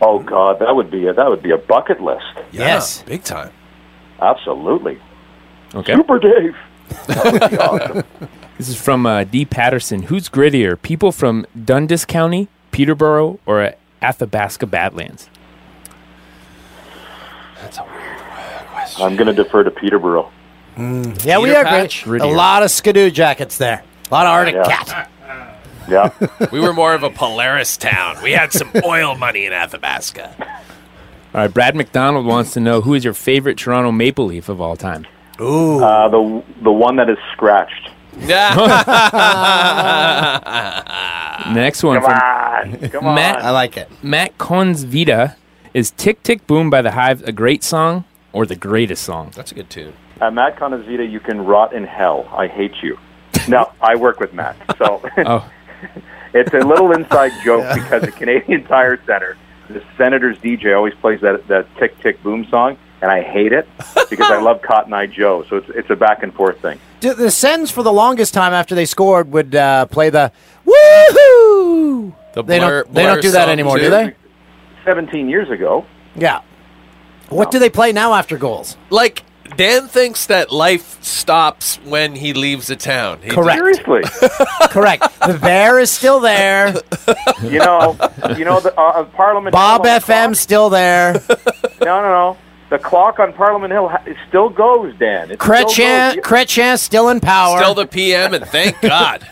Speaker 9: Oh God, that would be a, that would be a bucket list.
Speaker 5: Yes.
Speaker 6: Big time.
Speaker 9: Absolutely.
Speaker 8: Okay.
Speaker 9: Super Dave.
Speaker 8: This is from uh, D. Patterson. Who's grittier, people from Dundas County, Peterborough, or uh, Athabasca Badlands?
Speaker 9: I'm going to defer to Peterborough.
Speaker 5: Yeah, we
Speaker 6: Peter
Speaker 5: are
Speaker 6: Patch.
Speaker 5: great. A lot of skidoo jackets there. A lot of Arctic cat.
Speaker 9: Yeah.
Speaker 6: We were more of a Polaris town. We had some oil money in Athabasca.
Speaker 8: All right, Brad McDonald wants to know who is your favorite Toronto Maple Leaf of all time.
Speaker 9: uh, the the one that is scratched.
Speaker 8: Next one from
Speaker 9: Come on.
Speaker 8: Matt
Speaker 5: I like it.
Speaker 8: Matt Con's Vita is Tick Tick Boom by the Hive a great song or the greatest song?
Speaker 6: That's a good tune.
Speaker 9: At Matt Conavita, you can rot in hell. I hate you. No, I work with Matt, so
Speaker 8: Oh.
Speaker 9: it's a little inside joke because the Canadian Tire Center, the Senators DJ, always plays that that tick tick boom song, and I hate it because I love Cotton Eye Joe. So it's it's a back and forth thing.
Speaker 5: D- The Sens, for the longest time after they scored, would uh, play the woohoo.
Speaker 6: The
Speaker 5: They
Speaker 6: Blur-
Speaker 5: don't, they
Speaker 6: Blur
Speaker 5: don't do that
Speaker 6: song,
Speaker 5: anymore,
Speaker 6: too.
Speaker 5: do they?
Speaker 9: Seventeen years ago,
Speaker 5: Yeah. What do they play now after goals?
Speaker 6: Like Dan thinks that life stops when he leaves the town. He
Speaker 5: Correct.
Speaker 9: seriously,
Speaker 5: Correct. The bear is still there.
Speaker 9: you know, you know the uh, Parliament.
Speaker 5: Bob
Speaker 9: Hill on the
Speaker 5: FM's still there.
Speaker 9: clock- No, no, no. The clock on Parliament Hill ha- it still goes, Dan. It still goes.
Speaker 5: Kretchen,
Speaker 9: You-
Speaker 5: Kretchen still in power.
Speaker 6: Still the PM, and thank God.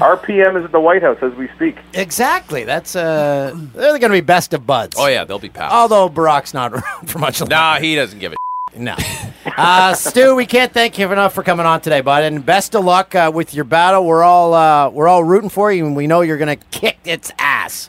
Speaker 9: Our PM is at the White House as we speak.
Speaker 5: exactly. That's uh, they're going to be best of buds.
Speaker 6: Oh yeah, they'll be pals.
Speaker 5: Although Barack's not around for much longer.
Speaker 6: nah, he doesn't give a.
Speaker 5: No. Uh, Stu, we can't thank you enough for coming on today, bud. And best of luck uh, with your battle. We're all uh, we're all rooting for you, and we know you're going to kick its ass.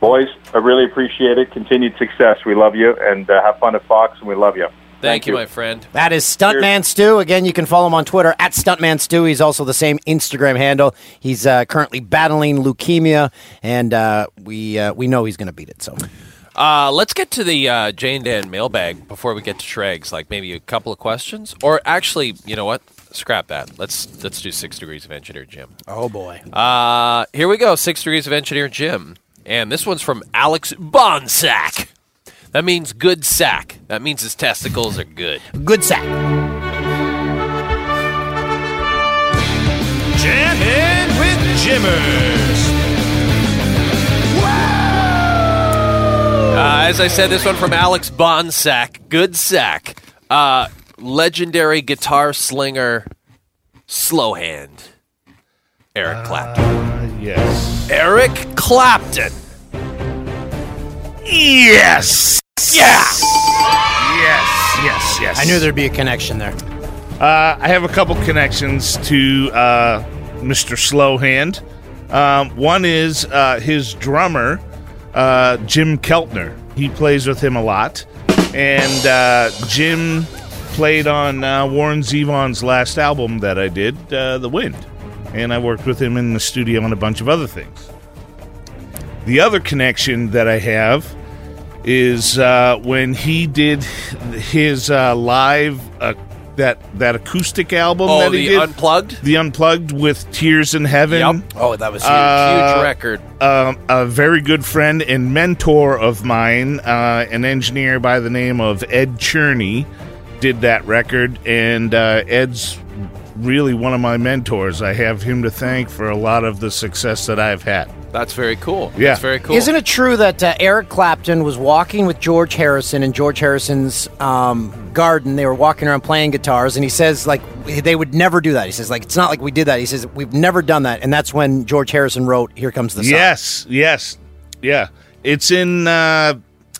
Speaker 9: Boys, I really appreciate it. Continued success. We love you, and uh, have fun at Fox, and we love you.
Speaker 6: Thank, you, my friend.
Speaker 5: That is Stuntman Stu. Again, you can follow him on Twitter at Stuntman Stu. He's also the same Instagram handle. He's uh, currently battling leukemia, and uh, we uh, we know he's going to beat it. So
Speaker 6: Uh, let's get to the uh, Jane Dan mailbag before we get to Shregs. Like maybe a couple of questions, or actually, you know what? scrap that. Let's let's do six degrees of engineer Jim.
Speaker 5: Oh boy.
Speaker 6: Uh, here we go. Six degrees of engineer Jim, and this one's from Alex Bonsack. That means good sack. That means his testicles are good.
Speaker 5: Good sack.
Speaker 2: Jamming with Jimmers.
Speaker 6: Uh, as I said, this one from Alex Bonsack. Good sack. Uh, legendary guitar slinger, slow hand. Eric Clapton.
Speaker 2: Yes.
Speaker 6: Eric Clapton.
Speaker 2: Yes. Yeah. Yes. Yes. Yes.
Speaker 5: I knew there'd be a connection there.
Speaker 2: Uh, I have a couple connections to uh, Mr. Slowhand. Um, one is uh, his drummer, uh, Jim Keltner. He plays with him a lot. And uh, Jim played on uh, Warren Zevon's last album that I did, uh, The Wind. And I worked with him in the studio on a bunch of other things. The other connection that I have is uh, when he did his uh, live uh, that that acoustic album
Speaker 6: Oh,
Speaker 2: that he
Speaker 6: the
Speaker 2: did,
Speaker 6: unplugged.
Speaker 2: the unplugged with Tears in Heaven.
Speaker 6: Yep. Oh, that was huge,
Speaker 2: Uh,
Speaker 6: huge record.
Speaker 2: Um, a very good friend and mentor of mine, uh, an engineer by the name of Ed Cherney, did that record, and uh, Ed's really one of my mentors. I have him to thank for a lot of the success that I've had.
Speaker 6: That's very cool.
Speaker 2: Yeah.
Speaker 6: That's very cool.
Speaker 5: Isn't it true that uh, Eric Clapton was walking with George Harrison in George Harrison's um, garden? They were walking around playing guitars, and he says, like, they would never do that. He says, like, it's not like we did that. He says, we've never done that. And that's when George Harrison wrote Here Comes the Sun.
Speaker 2: Yes, yes, yeah. It's in uh,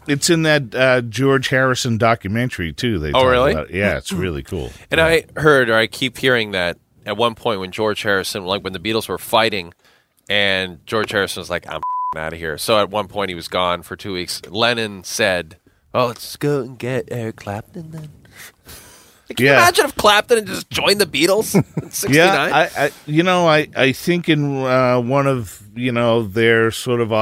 Speaker 2: it's in that uh, George Harrison documentary too. They talk
Speaker 6: really?
Speaker 2: about it. Yeah, it's really cool.
Speaker 6: And I heard, or I keep hearing that at one point when George Harrison, like when the Beatles were fighting, and George Harrison was like, "I'm out of here." So at one point he was gone for two weeks. Lennon said, "Oh, let's go and get Eric Clapton then." Can you
Speaker 2: Yeah.
Speaker 6: imagine if Clapton had just joined the Beatles in '69?
Speaker 2: Yeah, I, I, you know, I, I think in uh, one of you know their sort of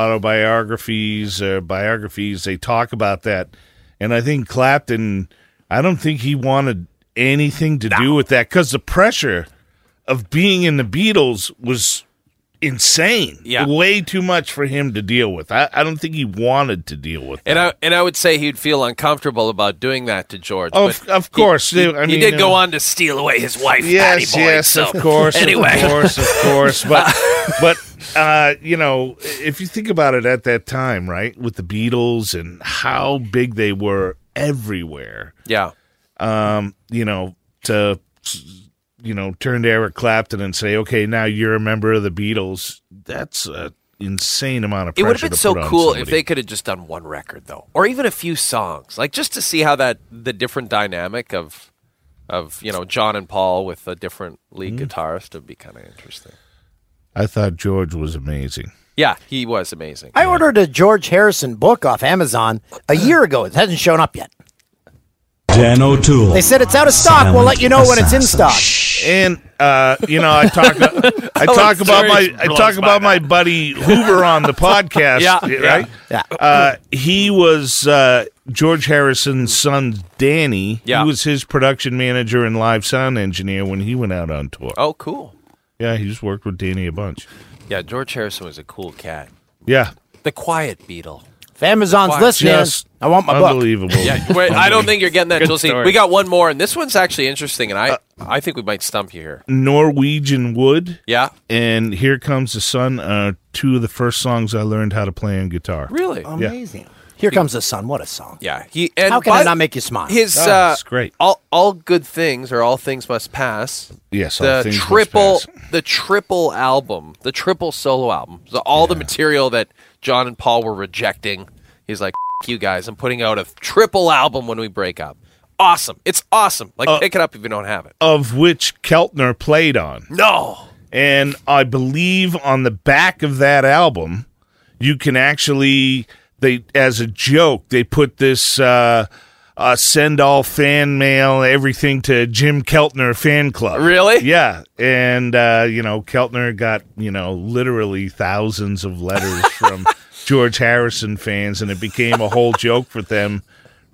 Speaker 2: autobiographies or biographies, they talk about that, and I think Clapton, I don't think he wanted anything to do with that because the pressure of being in the Beatles was insane,
Speaker 6: Yeah.
Speaker 2: way too much for him to deal with. I, I don't think he wanted to deal with.
Speaker 6: and I and I would say he'd feel uncomfortable about doing that to George.
Speaker 2: Of,
Speaker 6: but
Speaker 2: of course,
Speaker 6: he,
Speaker 2: they- I
Speaker 6: he
Speaker 2: mean,
Speaker 6: did
Speaker 2: they
Speaker 6: go
Speaker 2: were-
Speaker 6: on to steal away his wife.
Speaker 2: Yes,
Speaker 6: Patty Boyd,
Speaker 2: yes,
Speaker 6: so-
Speaker 2: of course,
Speaker 6: Anyway,
Speaker 2: of course, of course. But, but uh, you know, if you think about it, at that time, right, with the Beatles and how big they were everywhere,
Speaker 6: yeah,
Speaker 2: um, you know, to you know, turn to Eric Clapton and say, "Okay, now you're a member of the Beatles." That's an insane amount of
Speaker 6: It
Speaker 2: pressure.
Speaker 6: would have been
Speaker 2: to
Speaker 6: so
Speaker 2: put on
Speaker 6: cool if
Speaker 2: somebody.
Speaker 6: they could have just done one record though, or even a few songs, like just to see how that the different dynamic of of you know John and Paul with a different lead
Speaker 2: Mm-hmm.
Speaker 6: guitarist would be kind of interesting.
Speaker 2: I thought George was amazing.
Speaker 6: Yeah, he was amazing.
Speaker 5: I ordered a George Harrison book off Amazon a year ago. It hasn't shown up yet.
Speaker 10: Dan O'Toole.
Speaker 5: They said it's out of stock. we'll let you know when it's in stock.
Speaker 2: And uh, you know, I talk, I
Speaker 6: Oh,
Speaker 2: talk about my, I talk about my buddy Hoover on the podcast,
Speaker 6: Yeah,
Speaker 2: right?
Speaker 5: yeah.
Speaker 2: Uh, he was uh, George Harrison's son, Danny.
Speaker 6: Yeah.
Speaker 2: He was his production manager and live sound engineer when he went out on tour.
Speaker 6: oh, cool.
Speaker 2: Yeah, he's worked with Danny a bunch.
Speaker 6: Yeah, George Harrison was a cool cat.
Speaker 2: Yeah,
Speaker 6: The Quiet Beetle.
Speaker 5: If Amazon's
Speaker 6: Why?
Speaker 5: listening,
Speaker 2: just
Speaker 5: I want my book.
Speaker 2: unbelievable.
Speaker 6: Yeah, wait, I don't think you're getting that, Josie.
Speaker 8: story.
Speaker 6: We got one more, and this one's actually interesting, and I
Speaker 2: Uh,
Speaker 6: I think we might stump you here.
Speaker 2: Norwegian Wood
Speaker 6: Yeah,
Speaker 2: and Here Comes the Sun are two of the first songs I learned how to play on guitar.
Speaker 6: really.
Speaker 5: Amazing. Here Comes the Sun. What a song.
Speaker 6: Yeah, he. And
Speaker 5: How can I
Speaker 6: by-
Speaker 5: not make you smile?
Speaker 6: His
Speaker 2: Oh,
Speaker 6: uh,
Speaker 2: it's great.
Speaker 6: All all good things or all things must pass.
Speaker 2: Yes, All
Speaker 6: the
Speaker 2: Things Must
Speaker 6: triple
Speaker 2: Pass.
Speaker 6: the triple album, the triple solo album, so all the material that John and Paul were rejecting. He's like, F- you guys, I'm putting out a triple album when we break up. Awesome, it's awesome. Like
Speaker 2: Uh,
Speaker 6: pick it up if you don't have it.
Speaker 2: Of which Keltner played on.
Speaker 6: No,
Speaker 2: And I believe on the back of that album, you can actually they as a joke they put this uh, uh, send all fan mail everything to Jim Keltner fan club.
Speaker 6: Really?
Speaker 2: Yeah. And uh, you know Keltner got you know literally thousands of letters from George Harrison fans, and it became a whole joke for them.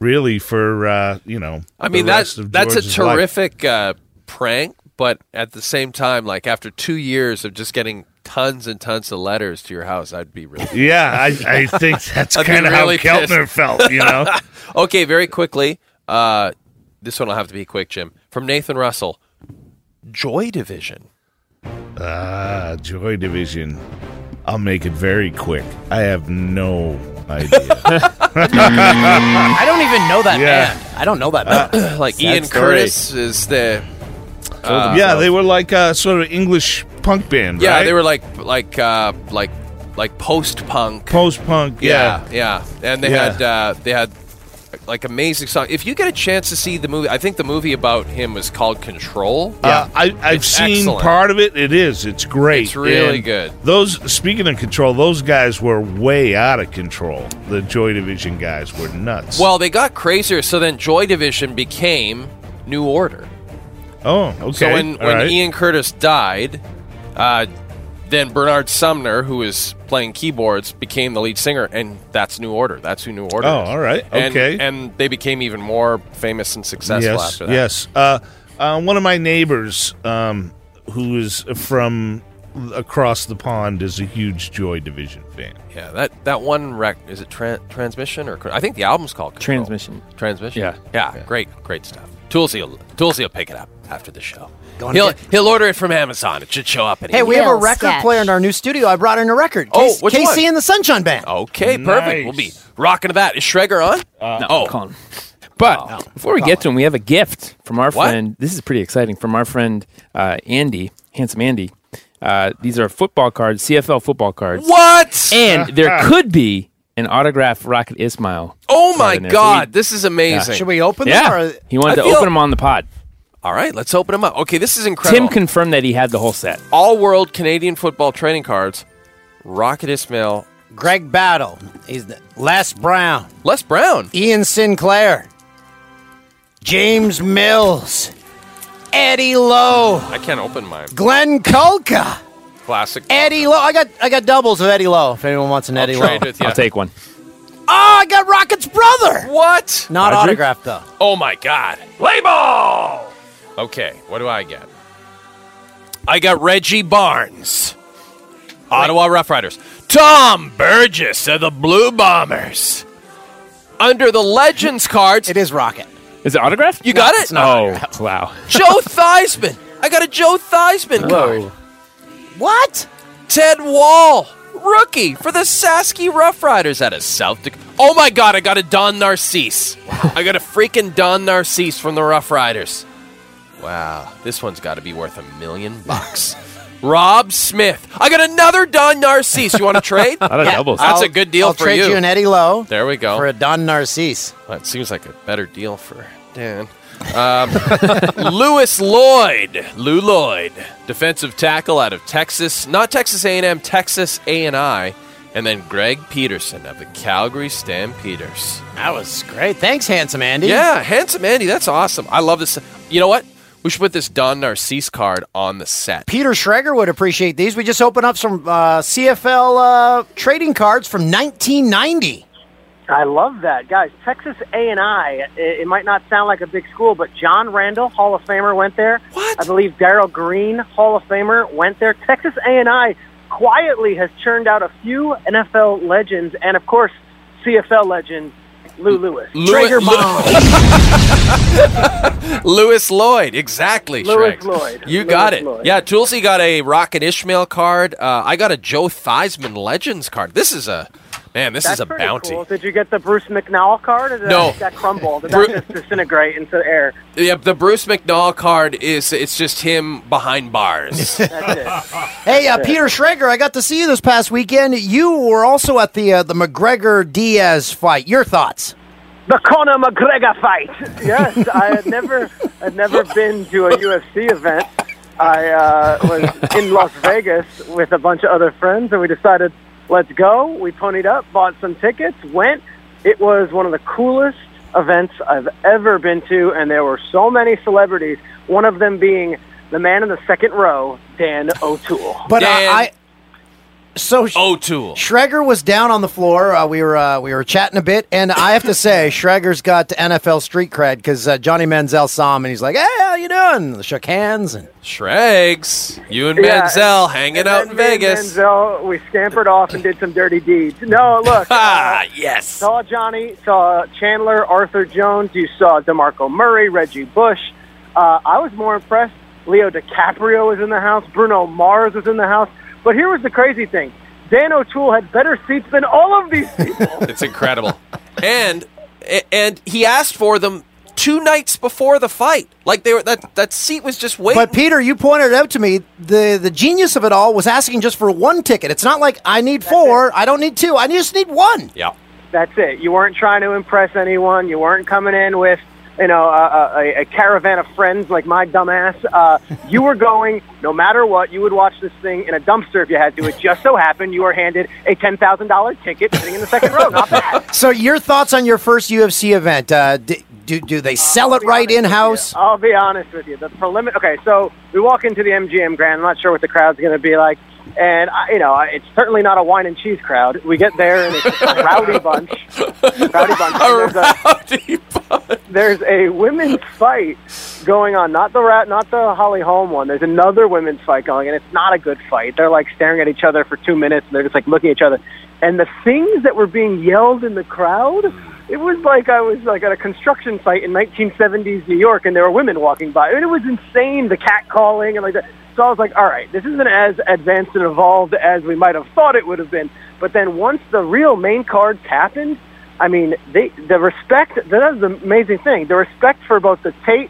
Speaker 2: Really, for uh, you know,
Speaker 6: I mean
Speaker 2: the
Speaker 6: that's
Speaker 2: rest of
Speaker 6: that's a
Speaker 2: George's life.
Speaker 6: terrific uh, prank. but at the same time, like after two years of just getting tons and tons of letters to your house, I'd be really
Speaker 2: Yeah, I, I think that's
Speaker 6: I'd be
Speaker 2: kind of
Speaker 6: really
Speaker 2: how Keltner
Speaker 6: pissed.
Speaker 2: felt, you know?
Speaker 6: okay, very quickly. Uh, this one will have to be quick, Jim. From Nathan Russell, Joy Division.
Speaker 2: Ah, Joy Division. I'll make it very quick. I have no
Speaker 6: Uh,
Speaker 2: idea.
Speaker 5: I don't even know that
Speaker 2: Yeah.
Speaker 5: band. I don't know that band.
Speaker 6: like
Speaker 2: Ah, Sad
Speaker 6: Ian
Speaker 2: story.
Speaker 6: Curtis is the. uh,
Speaker 2: yeah, they were like uh, sort of English punk band,
Speaker 6: yeah,
Speaker 2: right?
Speaker 6: they were like like uh, like like post punk.
Speaker 2: post punk. Yeah. Uh,
Speaker 6: yeah, and they
Speaker 2: Yeah.
Speaker 6: had uh, they had like amazing songs. If you get a chance to see the movie, I think the movie about him was called Control.
Speaker 2: Uh, I, I've
Speaker 6: It's
Speaker 2: seen
Speaker 6: excellent.
Speaker 2: part of it. It is. It's great.
Speaker 6: It's really good.
Speaker 2: Those speaking of control, those guys were way out of control. The Joy Division guys were nuts.
Speaker 6: Well, they got crazier, so then Joy Division became New Order.
Speaker 2: oh, okay.
Speaker 6: So when,
Speaker 2: All
Speaker 6: when
Speaker 2: right.
Speaker 6: Ian Curtis died, uh, then Bernard Sumner, who is playing keyboards, became the lead singer, and that's New Order. That's who New Order.
Speaker 2: Oh,
Speaker 6: is.
Speaker 2: all right.
Speaker 6: And-
Speaker 2: Okay.
Speaker 6: and they became even more famous and successful
Speaker 2: yes,
Speaker 6: after that.
Speaker 2: Yes. Uh, uh, one of my neighbors, um, who is from across the pond, is a huge Joy Division fan.
Speaker 6: Yeah, that that one rec is it tran transmission or I think the album's called Control.
Speaker 8: Transmission.
Speaker 6: Transmission.
Speaker 8: Yeah.
Speaker 6: yeah, great, great stuff. Toolsy, will, Toolsy will pick it up after the show.
Speaker 5: on
Speaker 6: He'll
Speaker 5: and
Speaker 6: he'll order it from Amazon. It should show up. Any
Speaker 5: Hey, we have a
Speaker 4: Little
Speaker 5: record
Speaker 4: sketch.
Speaker 5: player in our new studio. I brought in a record.
Speaker 6: Oh,
Speaker 5: Case-
Speaker 6: which
Speaker 5: KC
Speaker 6: one? Oh,
Speaker 5: and the Sunshine Band.
Speaker 6: okay, perfect.
Speaker 2: Nice.
Speaker 6: We'll be rocking to that. Is Schreger on?
Speaker 8: No,
Speaker 6: oh.
Speaker 8: call him. But before we get to him, we have a gift from our
Speaker 6: What?
Speaker 8: friend. This is pretty exciting from our friend uh, Andy, handsome Andy. Uh, these are football cards, CFL football cards,
Speaker 6: What?
Speaker 8: and there could be an autograph Rocket Ismail.
Speaker 6: oh my
Speaker 8: in there. So
Speaker 6: God,
Speaker 8: we-
Speaker 6: this is amazing.
Speaker 5: Should we open
Speaker 8: Yeah,
Speaker 5: them? Or-
Speaker 8: he wanted
Speaker 6: I
Speaker 8: to
Speaker 6: feel-
Speaker 8: open them on the pod.
Speaker 6: All right, let's open them up. Okay, this is
Speaker 8: Tim
Speaker 6: incredible.
Speaker 8: confirmed that he had the whole set.
Speaker 6: All World Canadian Football Training Cards, Rocket Ismail,
Speaker 5: Greg Battle. He's the- Les Brown.
Speaker 6: Les Brown.
Speaker 5: Ian Sinclair. James Mills. Eddie Lowe.
Speaker 6: I can't open mine.
Speaker 5: Glenn Kolka.
Speaker 6: Classic.
Speaker 5: Eddie Lowe. I got I got doubles of Eddie Lowe. If anyone wants an Eddie Lowe.
Speaker 6: Trade with you.
Speaker 8: I'll take one.
Speaker 5: Oh, I got Rocket's brother.
Speaker 6: What?
Speaker 5: Not
Speaker 8: Roger?
Speaker 5: autographed though.
Speaker 6: Oh my god. Label! Okay, what do I get? I got Reggie Barnes. Ottawa Rough Riders. Tom Burgess of the Blue Bombers. Under the Legends cards,
Speaker 5: It is Rocket.
Speaker 8: Is it autographed?
Speaker 6: You got it?
Speaker 8: No. Oh, wow.
Speaker 6: Joe Theismann. I got a Joe Theismann card.
Speaker 5: What?
Speaker 6: Ted Wall, rookie for the Sasky Rough Riders out of South Dakota. Oh my god, I got a Don Narcisse. I got a freaking Don Narcisse from the Rough Riders. Wow, this one's got to be worth a million bucks. Rob Smith. I got another Don Narcisse. You want to trade?
Speaker 8: A lot of doubles.
Speaker 6: That's a good deal
Speaker 5: I'll
Speaker 6: for
Speaker 5: trade you.
Speaker 6: you.
Speaker 5: an Eddie Lowe
Speaker 6: there we go.
Speaker 5: for a Don Narcisse.
Speaker 6: Well, it seems like a better deal for Dan. Um, Lewis Lloyd, Lou Lloyd, defensive tackle out of Texas, not Texas A&M, Texas A&I, and then Greg Peterson of the Calgary Stampeders.
Speaker 5: That was great. Thanks, handsome Andy.
Speaker 6: Yeah, handsome Andy, that's awesome. I love this. You know what? We should put this Don Narcisse card on the set.
Speaker 5: Peter Schreger would appreciate these. We just opened up some uh, CFL uh, trading cards from 1990.
Speaker 11: I love that, guys. Texas A and I. It, it might not sound like a big school, but John Randall, Hall of Famer, went there.
Speaker 6: What?
Speaker 11: I believe Daryl Green, Hall of Famer, went there. Texas A and I quietly has churned out a few NFL legends, and of course, CFL legend Lou Lewis.
Speaker 6: Lewi-
Speaker 5: Schrager bomb.
Speaker 6: Lewis Lloyd, exactly.
Speaker 11: Lewis
Speaker 6: Shrek.
Speaker 11: Lloyd.
Speaker 6: You
Speaker 11: Lewis
Speaker 6: got it.
Speaker 11: Lloyd.
Speaker 6: Yeah, Tulsi got a Rocket Ishmael card. Uh, I got a Joe Theismann Legends card. This is a man. This
Speaker 11: That's
Speaker 6: is a
Speaker 11: pretty
Speaker 6: bounty.
Speaker 11: Cool. Did you get the Bruce McNall card? Or did
Speaker 6: No.
Speaker 11: That, that crumble. Did
Speaker 6: Bru-
Speaker 11: that just disintegrate into the air?
Speaker 6: Yep, the Bruce McNall card is it's just him behind bars.
Speaker 11: That's it.
Speaker 5: Hey, uh, Peter Schreger, I got to see you this past weekend. You were also at the uh, the McGregor Diaz fight. Your thoughts?
Speaker 11: The Conor McGregor fight. Yes, I had never, had never been to a UFC event. I uh, was in Las Vegas with a bunch of other friends, and we decided, let's go. We ponied up, bought some tickets, went. It was one of the coolest events I've ever been to, and there were so many celebrities. One of them being the man in the second row, Dan O'Toole.
Speaker 5: But uh,
Speaker 6: Dan. Oh.
Speaker 5: I so Sh-
Speaker 6: O'Toole.
Speaker 5: Schreger was down on the floor. Uh, we were uh, we were chatting a bit, and I have to say, Schreger's got NFL street cred because uh, Johnny Manziel saw him, and he's like, "Hey, how you doing? Shook hands and
Speaker 6: Shregs, you and
Speaker 5: Yeah,
Speaker 6: Manzel
Speaker 5: and-
Speaker 6: hanging
Speaker 5: and
Speaker 6: out
Speaker 5: then
Speaker 6: in
Speaker 5: me and
Speaker 6: Vegas.
Speaker 9: So we scampered off and did some dirty deeds. No, look. uh,
Speaker 6: Ah, yes.
Speaker 9: Saw Johnny, saw Chandler, Arthur Jones. You saw DeMarco Murray, Reggie Bush. Uh, I was more impressed. Leo DiCaprio was in the house. Bruno Mars was in the house. But here was the crazy thing. Dan O'Toole had better seats than all of these people.
Speaker 6: It's incredible. and and he asked for them two nights before the fight. Like they were that that seat was just waiting.
Speaker 5: But Peter, you pointed out to me the the genius of it all was asking just for one ticket. It's not like I need four, I don't need two, I just need one.
Speaker 6: yeah.
Speaker 9: That's it. You weren't trying to impress anyone. You weren't coming in with, you know, a, a, a caravan of friends like my dumbass. Uh, you were going, no matter what, you would watch this thing in a dumpster if you had to. It just so happened you were handed a ten thousand dollar ticket sitting in the second row. Not bad.
Speaker 5: So your thoughts on your first UFC event? Uh, do, do do they sell it right in house?
Speaker 9: I'll be honest with you. The prelim. Okay, so we walk into the MGM Grand. I'm not sure what the crowd's going to be like, and I, you know, I- it's certainly not a wine and cheese crowd. We get there and it's a rowdy bunch. Rowdy bunch. And there's, a, there's a women's fight going on. Not the rat. Not the Holly Holm one. There's another women's fight going, and it's not a good fight. They're like staring at each other for two minutes. And they're just like looking at each other, and the things that were being yelled in the crowd. It was like I was like at a construction site in 1970s New York, and there were women walking by. I mean, it was insane, the cat calling and like that. So I was like, all right, this isn't as advanced and evolved as we might have thought it would have been. But then once the real main cards happened, I mean, they, the respect, that is the amazing thing. The respect for both the Tate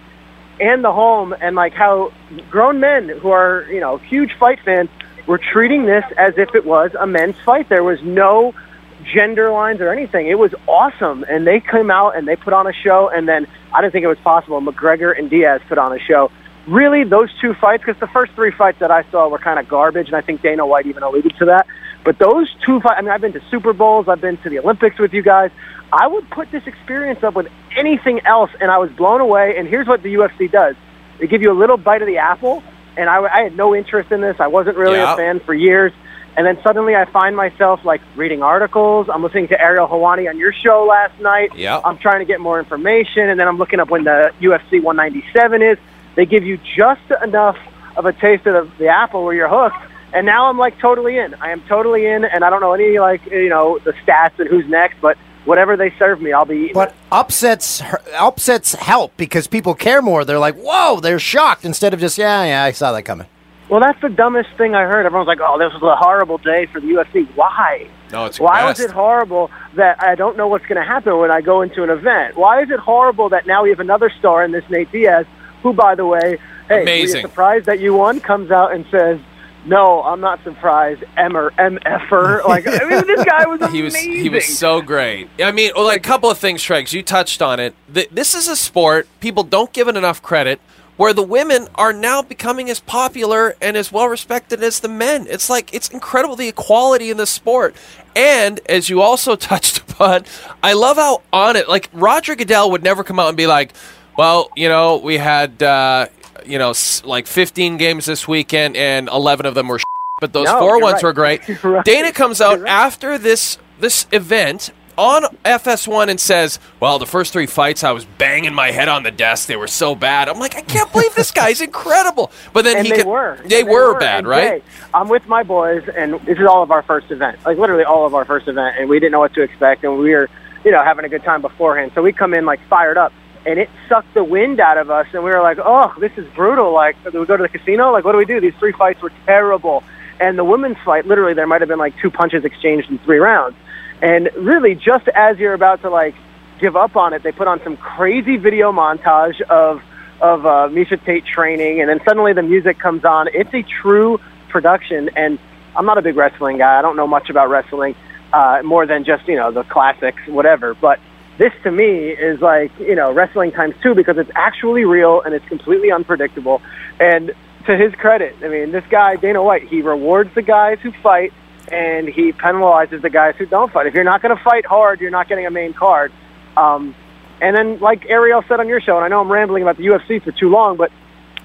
Speaker 9: and the home and like how grown men who are you know huge fight fans were treating this as if it was a men's fight there was no gender lines or anything it was awesome and they came out and they put on a show and then i didn't think it was possible mcgregor and diaz put on a show really those two fights because the first three fights that i saw were kind of garbage and i think dana white even alluded to that but those two fights i mean i've been to super bowls i've been to the olympics with you guys I would put this experience up with anything else, and I was blown away. And here's what the UFC does: they give you a little bite of the apple. And I, I had no interest in this. I wasn't really
Speaker 6: Yeah.
Speaker 9: a fan for years. And then suddenly, I find myself like reading articles. I'm listening to Ariel Hawani on your show last night.
Speaker 6: Yeah.
Speaker 9: I'm trying to get more information, and then I'm looking up when the UFC 197 is. They give you just enough of a taste of the, the apple where you're hooked. And now I'm like totally in. I am totally in, and I don't know any like you know the stats and who's next, but whatever they serve me, I'll be eating.
Speaker 5: But upsets her- upsets help because people care more. They're like, whoa, they're shocked instead of just yeah, yeah, I saw that coming.
Speaker 9: Well, that's the dumbest thing I heard. Everyone's like, "Oh, this was a horrible day for the UFC." Why?
Speaker 6: No, it's
Speaker 9: Why
Speaker 6: best.
Speaker 9: was it horrible that I don't know what's going to happen when I go into an event? Why is it horrible that now we have another star in this Nate Diaz, who, by the way, hey, were
Speaker 6: Amazing.
Speaker 9: you surprised that you won? Comes out and says, "No, I'm not surprised." Emmer, mf'er. Like, I mean, this guy was amazing.
Speaker 6: He was he was so great. I mean, well, like a couple of things, Shregs. You touched on it. Th- This is a sport people don't give it enough credit, where the women are now becoming as popular and as well respected as the men. It's like it's incredible the equality in the sport. And as you also touched upon, I love how on it. Like Roger Goodell would never come out and be like, "Well, you know, we had uh, you know s- like 15 games this weekend, and 11 of them were." But those
Speaker 9: No,
Speaker 6: four
Speaker 9: you're
Speaker 6: ones
Speaker 9: right.
Speaker 6: were great. Dana comes out after this this event on FS1 and says, "Well, the first three fights, I was banging my head on the desk. They were so bad. I'm like, I can't believe this guy's incredible." But then
Speaker 9: and
Speaker 6: he
Speaker 9: they
Speaker 6: could-
Speaker 9: were.
Speaker 6: they,
Speaker 9: And
Speaker 6: were, bad,
Speaker 9: And,
Speaker 6: right?
Speaker 9: hey, I'm with my boys, and this is all of our first event, like literally all of our first event, and we didn't know what to expect, and we were, you know, having a good time beforehand. So we come in like fired up, and it sucked the wind out of us, and we were like, oh, this is brutal. Like, do we go to the casino? Like, what do we do? These three fights were terrible, and the women's fight, literally, there might have been like two punches exchanged in three rounds, and really, just as you're about to like give up on it, they put on some crazy video montage of of uh, Misha Tate training, and then suddenly the music comes on. It's a true production, and I'm not a big wrestling guy. I don't know much about wrestling, uh, more than just you know the classics, whatever. But this to me is like you know wrestling times two because it's actually real and it's completely unpredictable. And to his credit, I mean, this guy Dana White, he rewards the guys who fight and he penalizes the guys who don't fight. If you're not going to fight hard, you're not getting a main card. Um, and then, like Ariel said on your show, and I know I'm rambling about the UFC for too long, but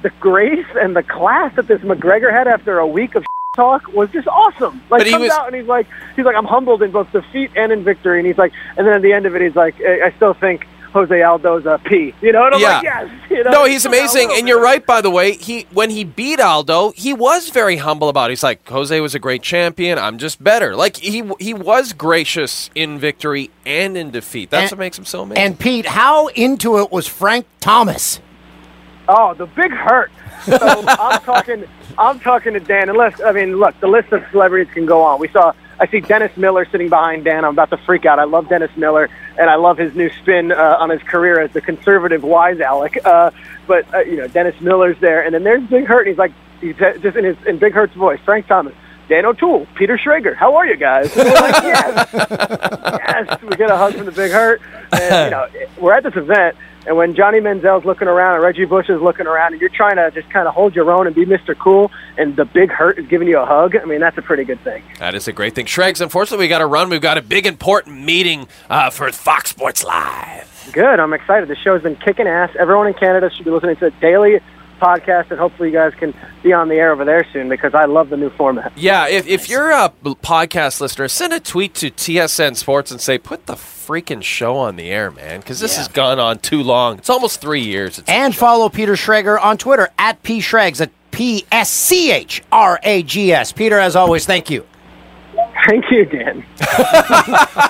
Speaker 9: the grace and the class that this McGregor had after a week of talk was just awesome. Like
Speaker 6: But he
Speaker 9: comes
Speaker 6: was-
Speaker 9: out and he's like, he's like, I'm humbled in both defeat and in victory, and he's like, and then at the end of it, he's like, I I still think
Speaker 11: Jose Aldo's a P. You know, and I'm
Speaker 6: yeah.
Speaker 11: like, yes. You know?
Speaker 6: No, he's
Speaker 11: Come on,
Speaker 6: amazing. And you're right, by the way. He when he beat Aldo, he was very humble about. it. He's like, Jose was a great champion. I'm just better. Like he he was gracious in victory and in defeat. That's
Speaker 5: And-
Speaker 6: what makes him so amazing.
Speaker 5: And Pete, how into it was Frank Thomas?
Speaker 11: Oh, the big hurt. So I'm talking. I'm talking to Dan. Unless I mean, look, the list of celebrities can go on. We saw. I see Dennis Miller sitting behind Dan. I'm about to freak out. I love Dennis Miller, and I love his new spin uh, on his career as the conservative wise Alec. Uh, but uh, you know, Dennis Miller's there, and then there's Big Hurt, and he's like, he's just in his in Big Hurt's voice, Frank Thomas. Dan O'Toole, Peter Schrager, how are you guys? And they're like, yes, yes, we get a hug from the Big Hurt. And, you know, we're at this event, and when Johnny Manziel's looking around and Reggie Bush is looking around, and you're trying to just kind of hold your own and be Mr. Cool, and the Big Hurt is giving you a hug, I mean, that's a pretty good thing.
Speaker 6: That is a great thing. Shregs, unfortunately, we got to run. We've got a big, important meeting uh, for Fox Sports Live.
Speaker 11: Good. I'm excited. The show's been kicking ass. Everyone in Canada should be listening to the daily podcast, and hopefully, you guys can be on the air over there soon because I love the new format.
Speaker 6: Yeah, if, if you're a b- podcast listener, send a tweet to TSN Sports and say, put the freaking show on the air, man, because this has gone on too long. It's almost three years. It's,
Speaker 5: And follow Peter Schrager on Twitter at P Schrags at P S C H R A G S. Peter, as always, thank you.
Speaker 11: Thank you, Dan.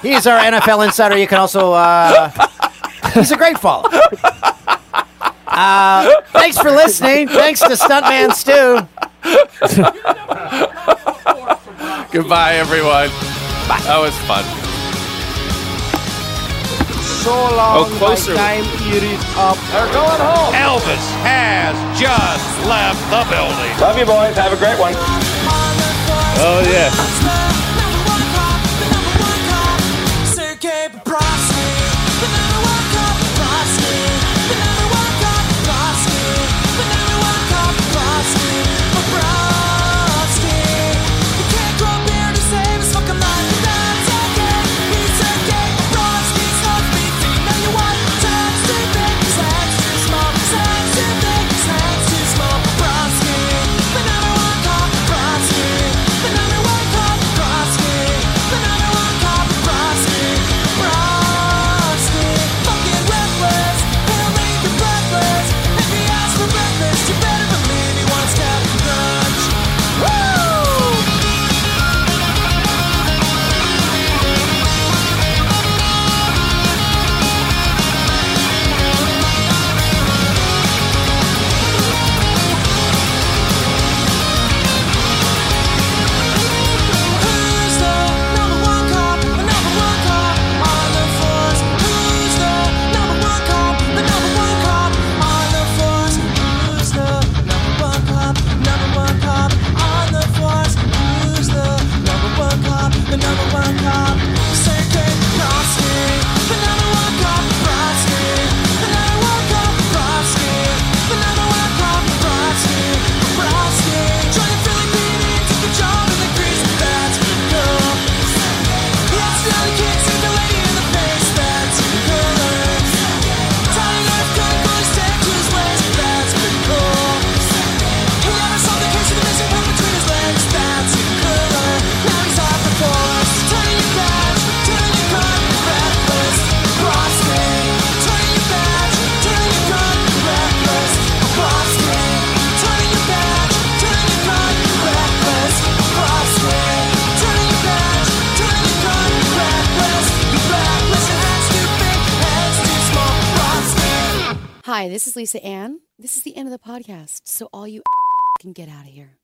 Speaker 5: he's our NFL insider. You can also uh, he's a great follow. Uh, thanks for listening. Thanks to Stuntman Stu.
Speaker 6: goodbye, everyone. That was fun.
Speaker 5: So long,
Speaker 6: Oh, closer.
Speaker 5: my time it is up. They're going home.
Speaker 2: Elvis has just left the building.
Speaker 12: Love you, boys. Have a great one.
Speaker 2: Oh, yeah.
Speaker 12: Woo!
Speaker 13: Hi, this is Lisa Ann. This is the end of the podcast, so all you can get out of here.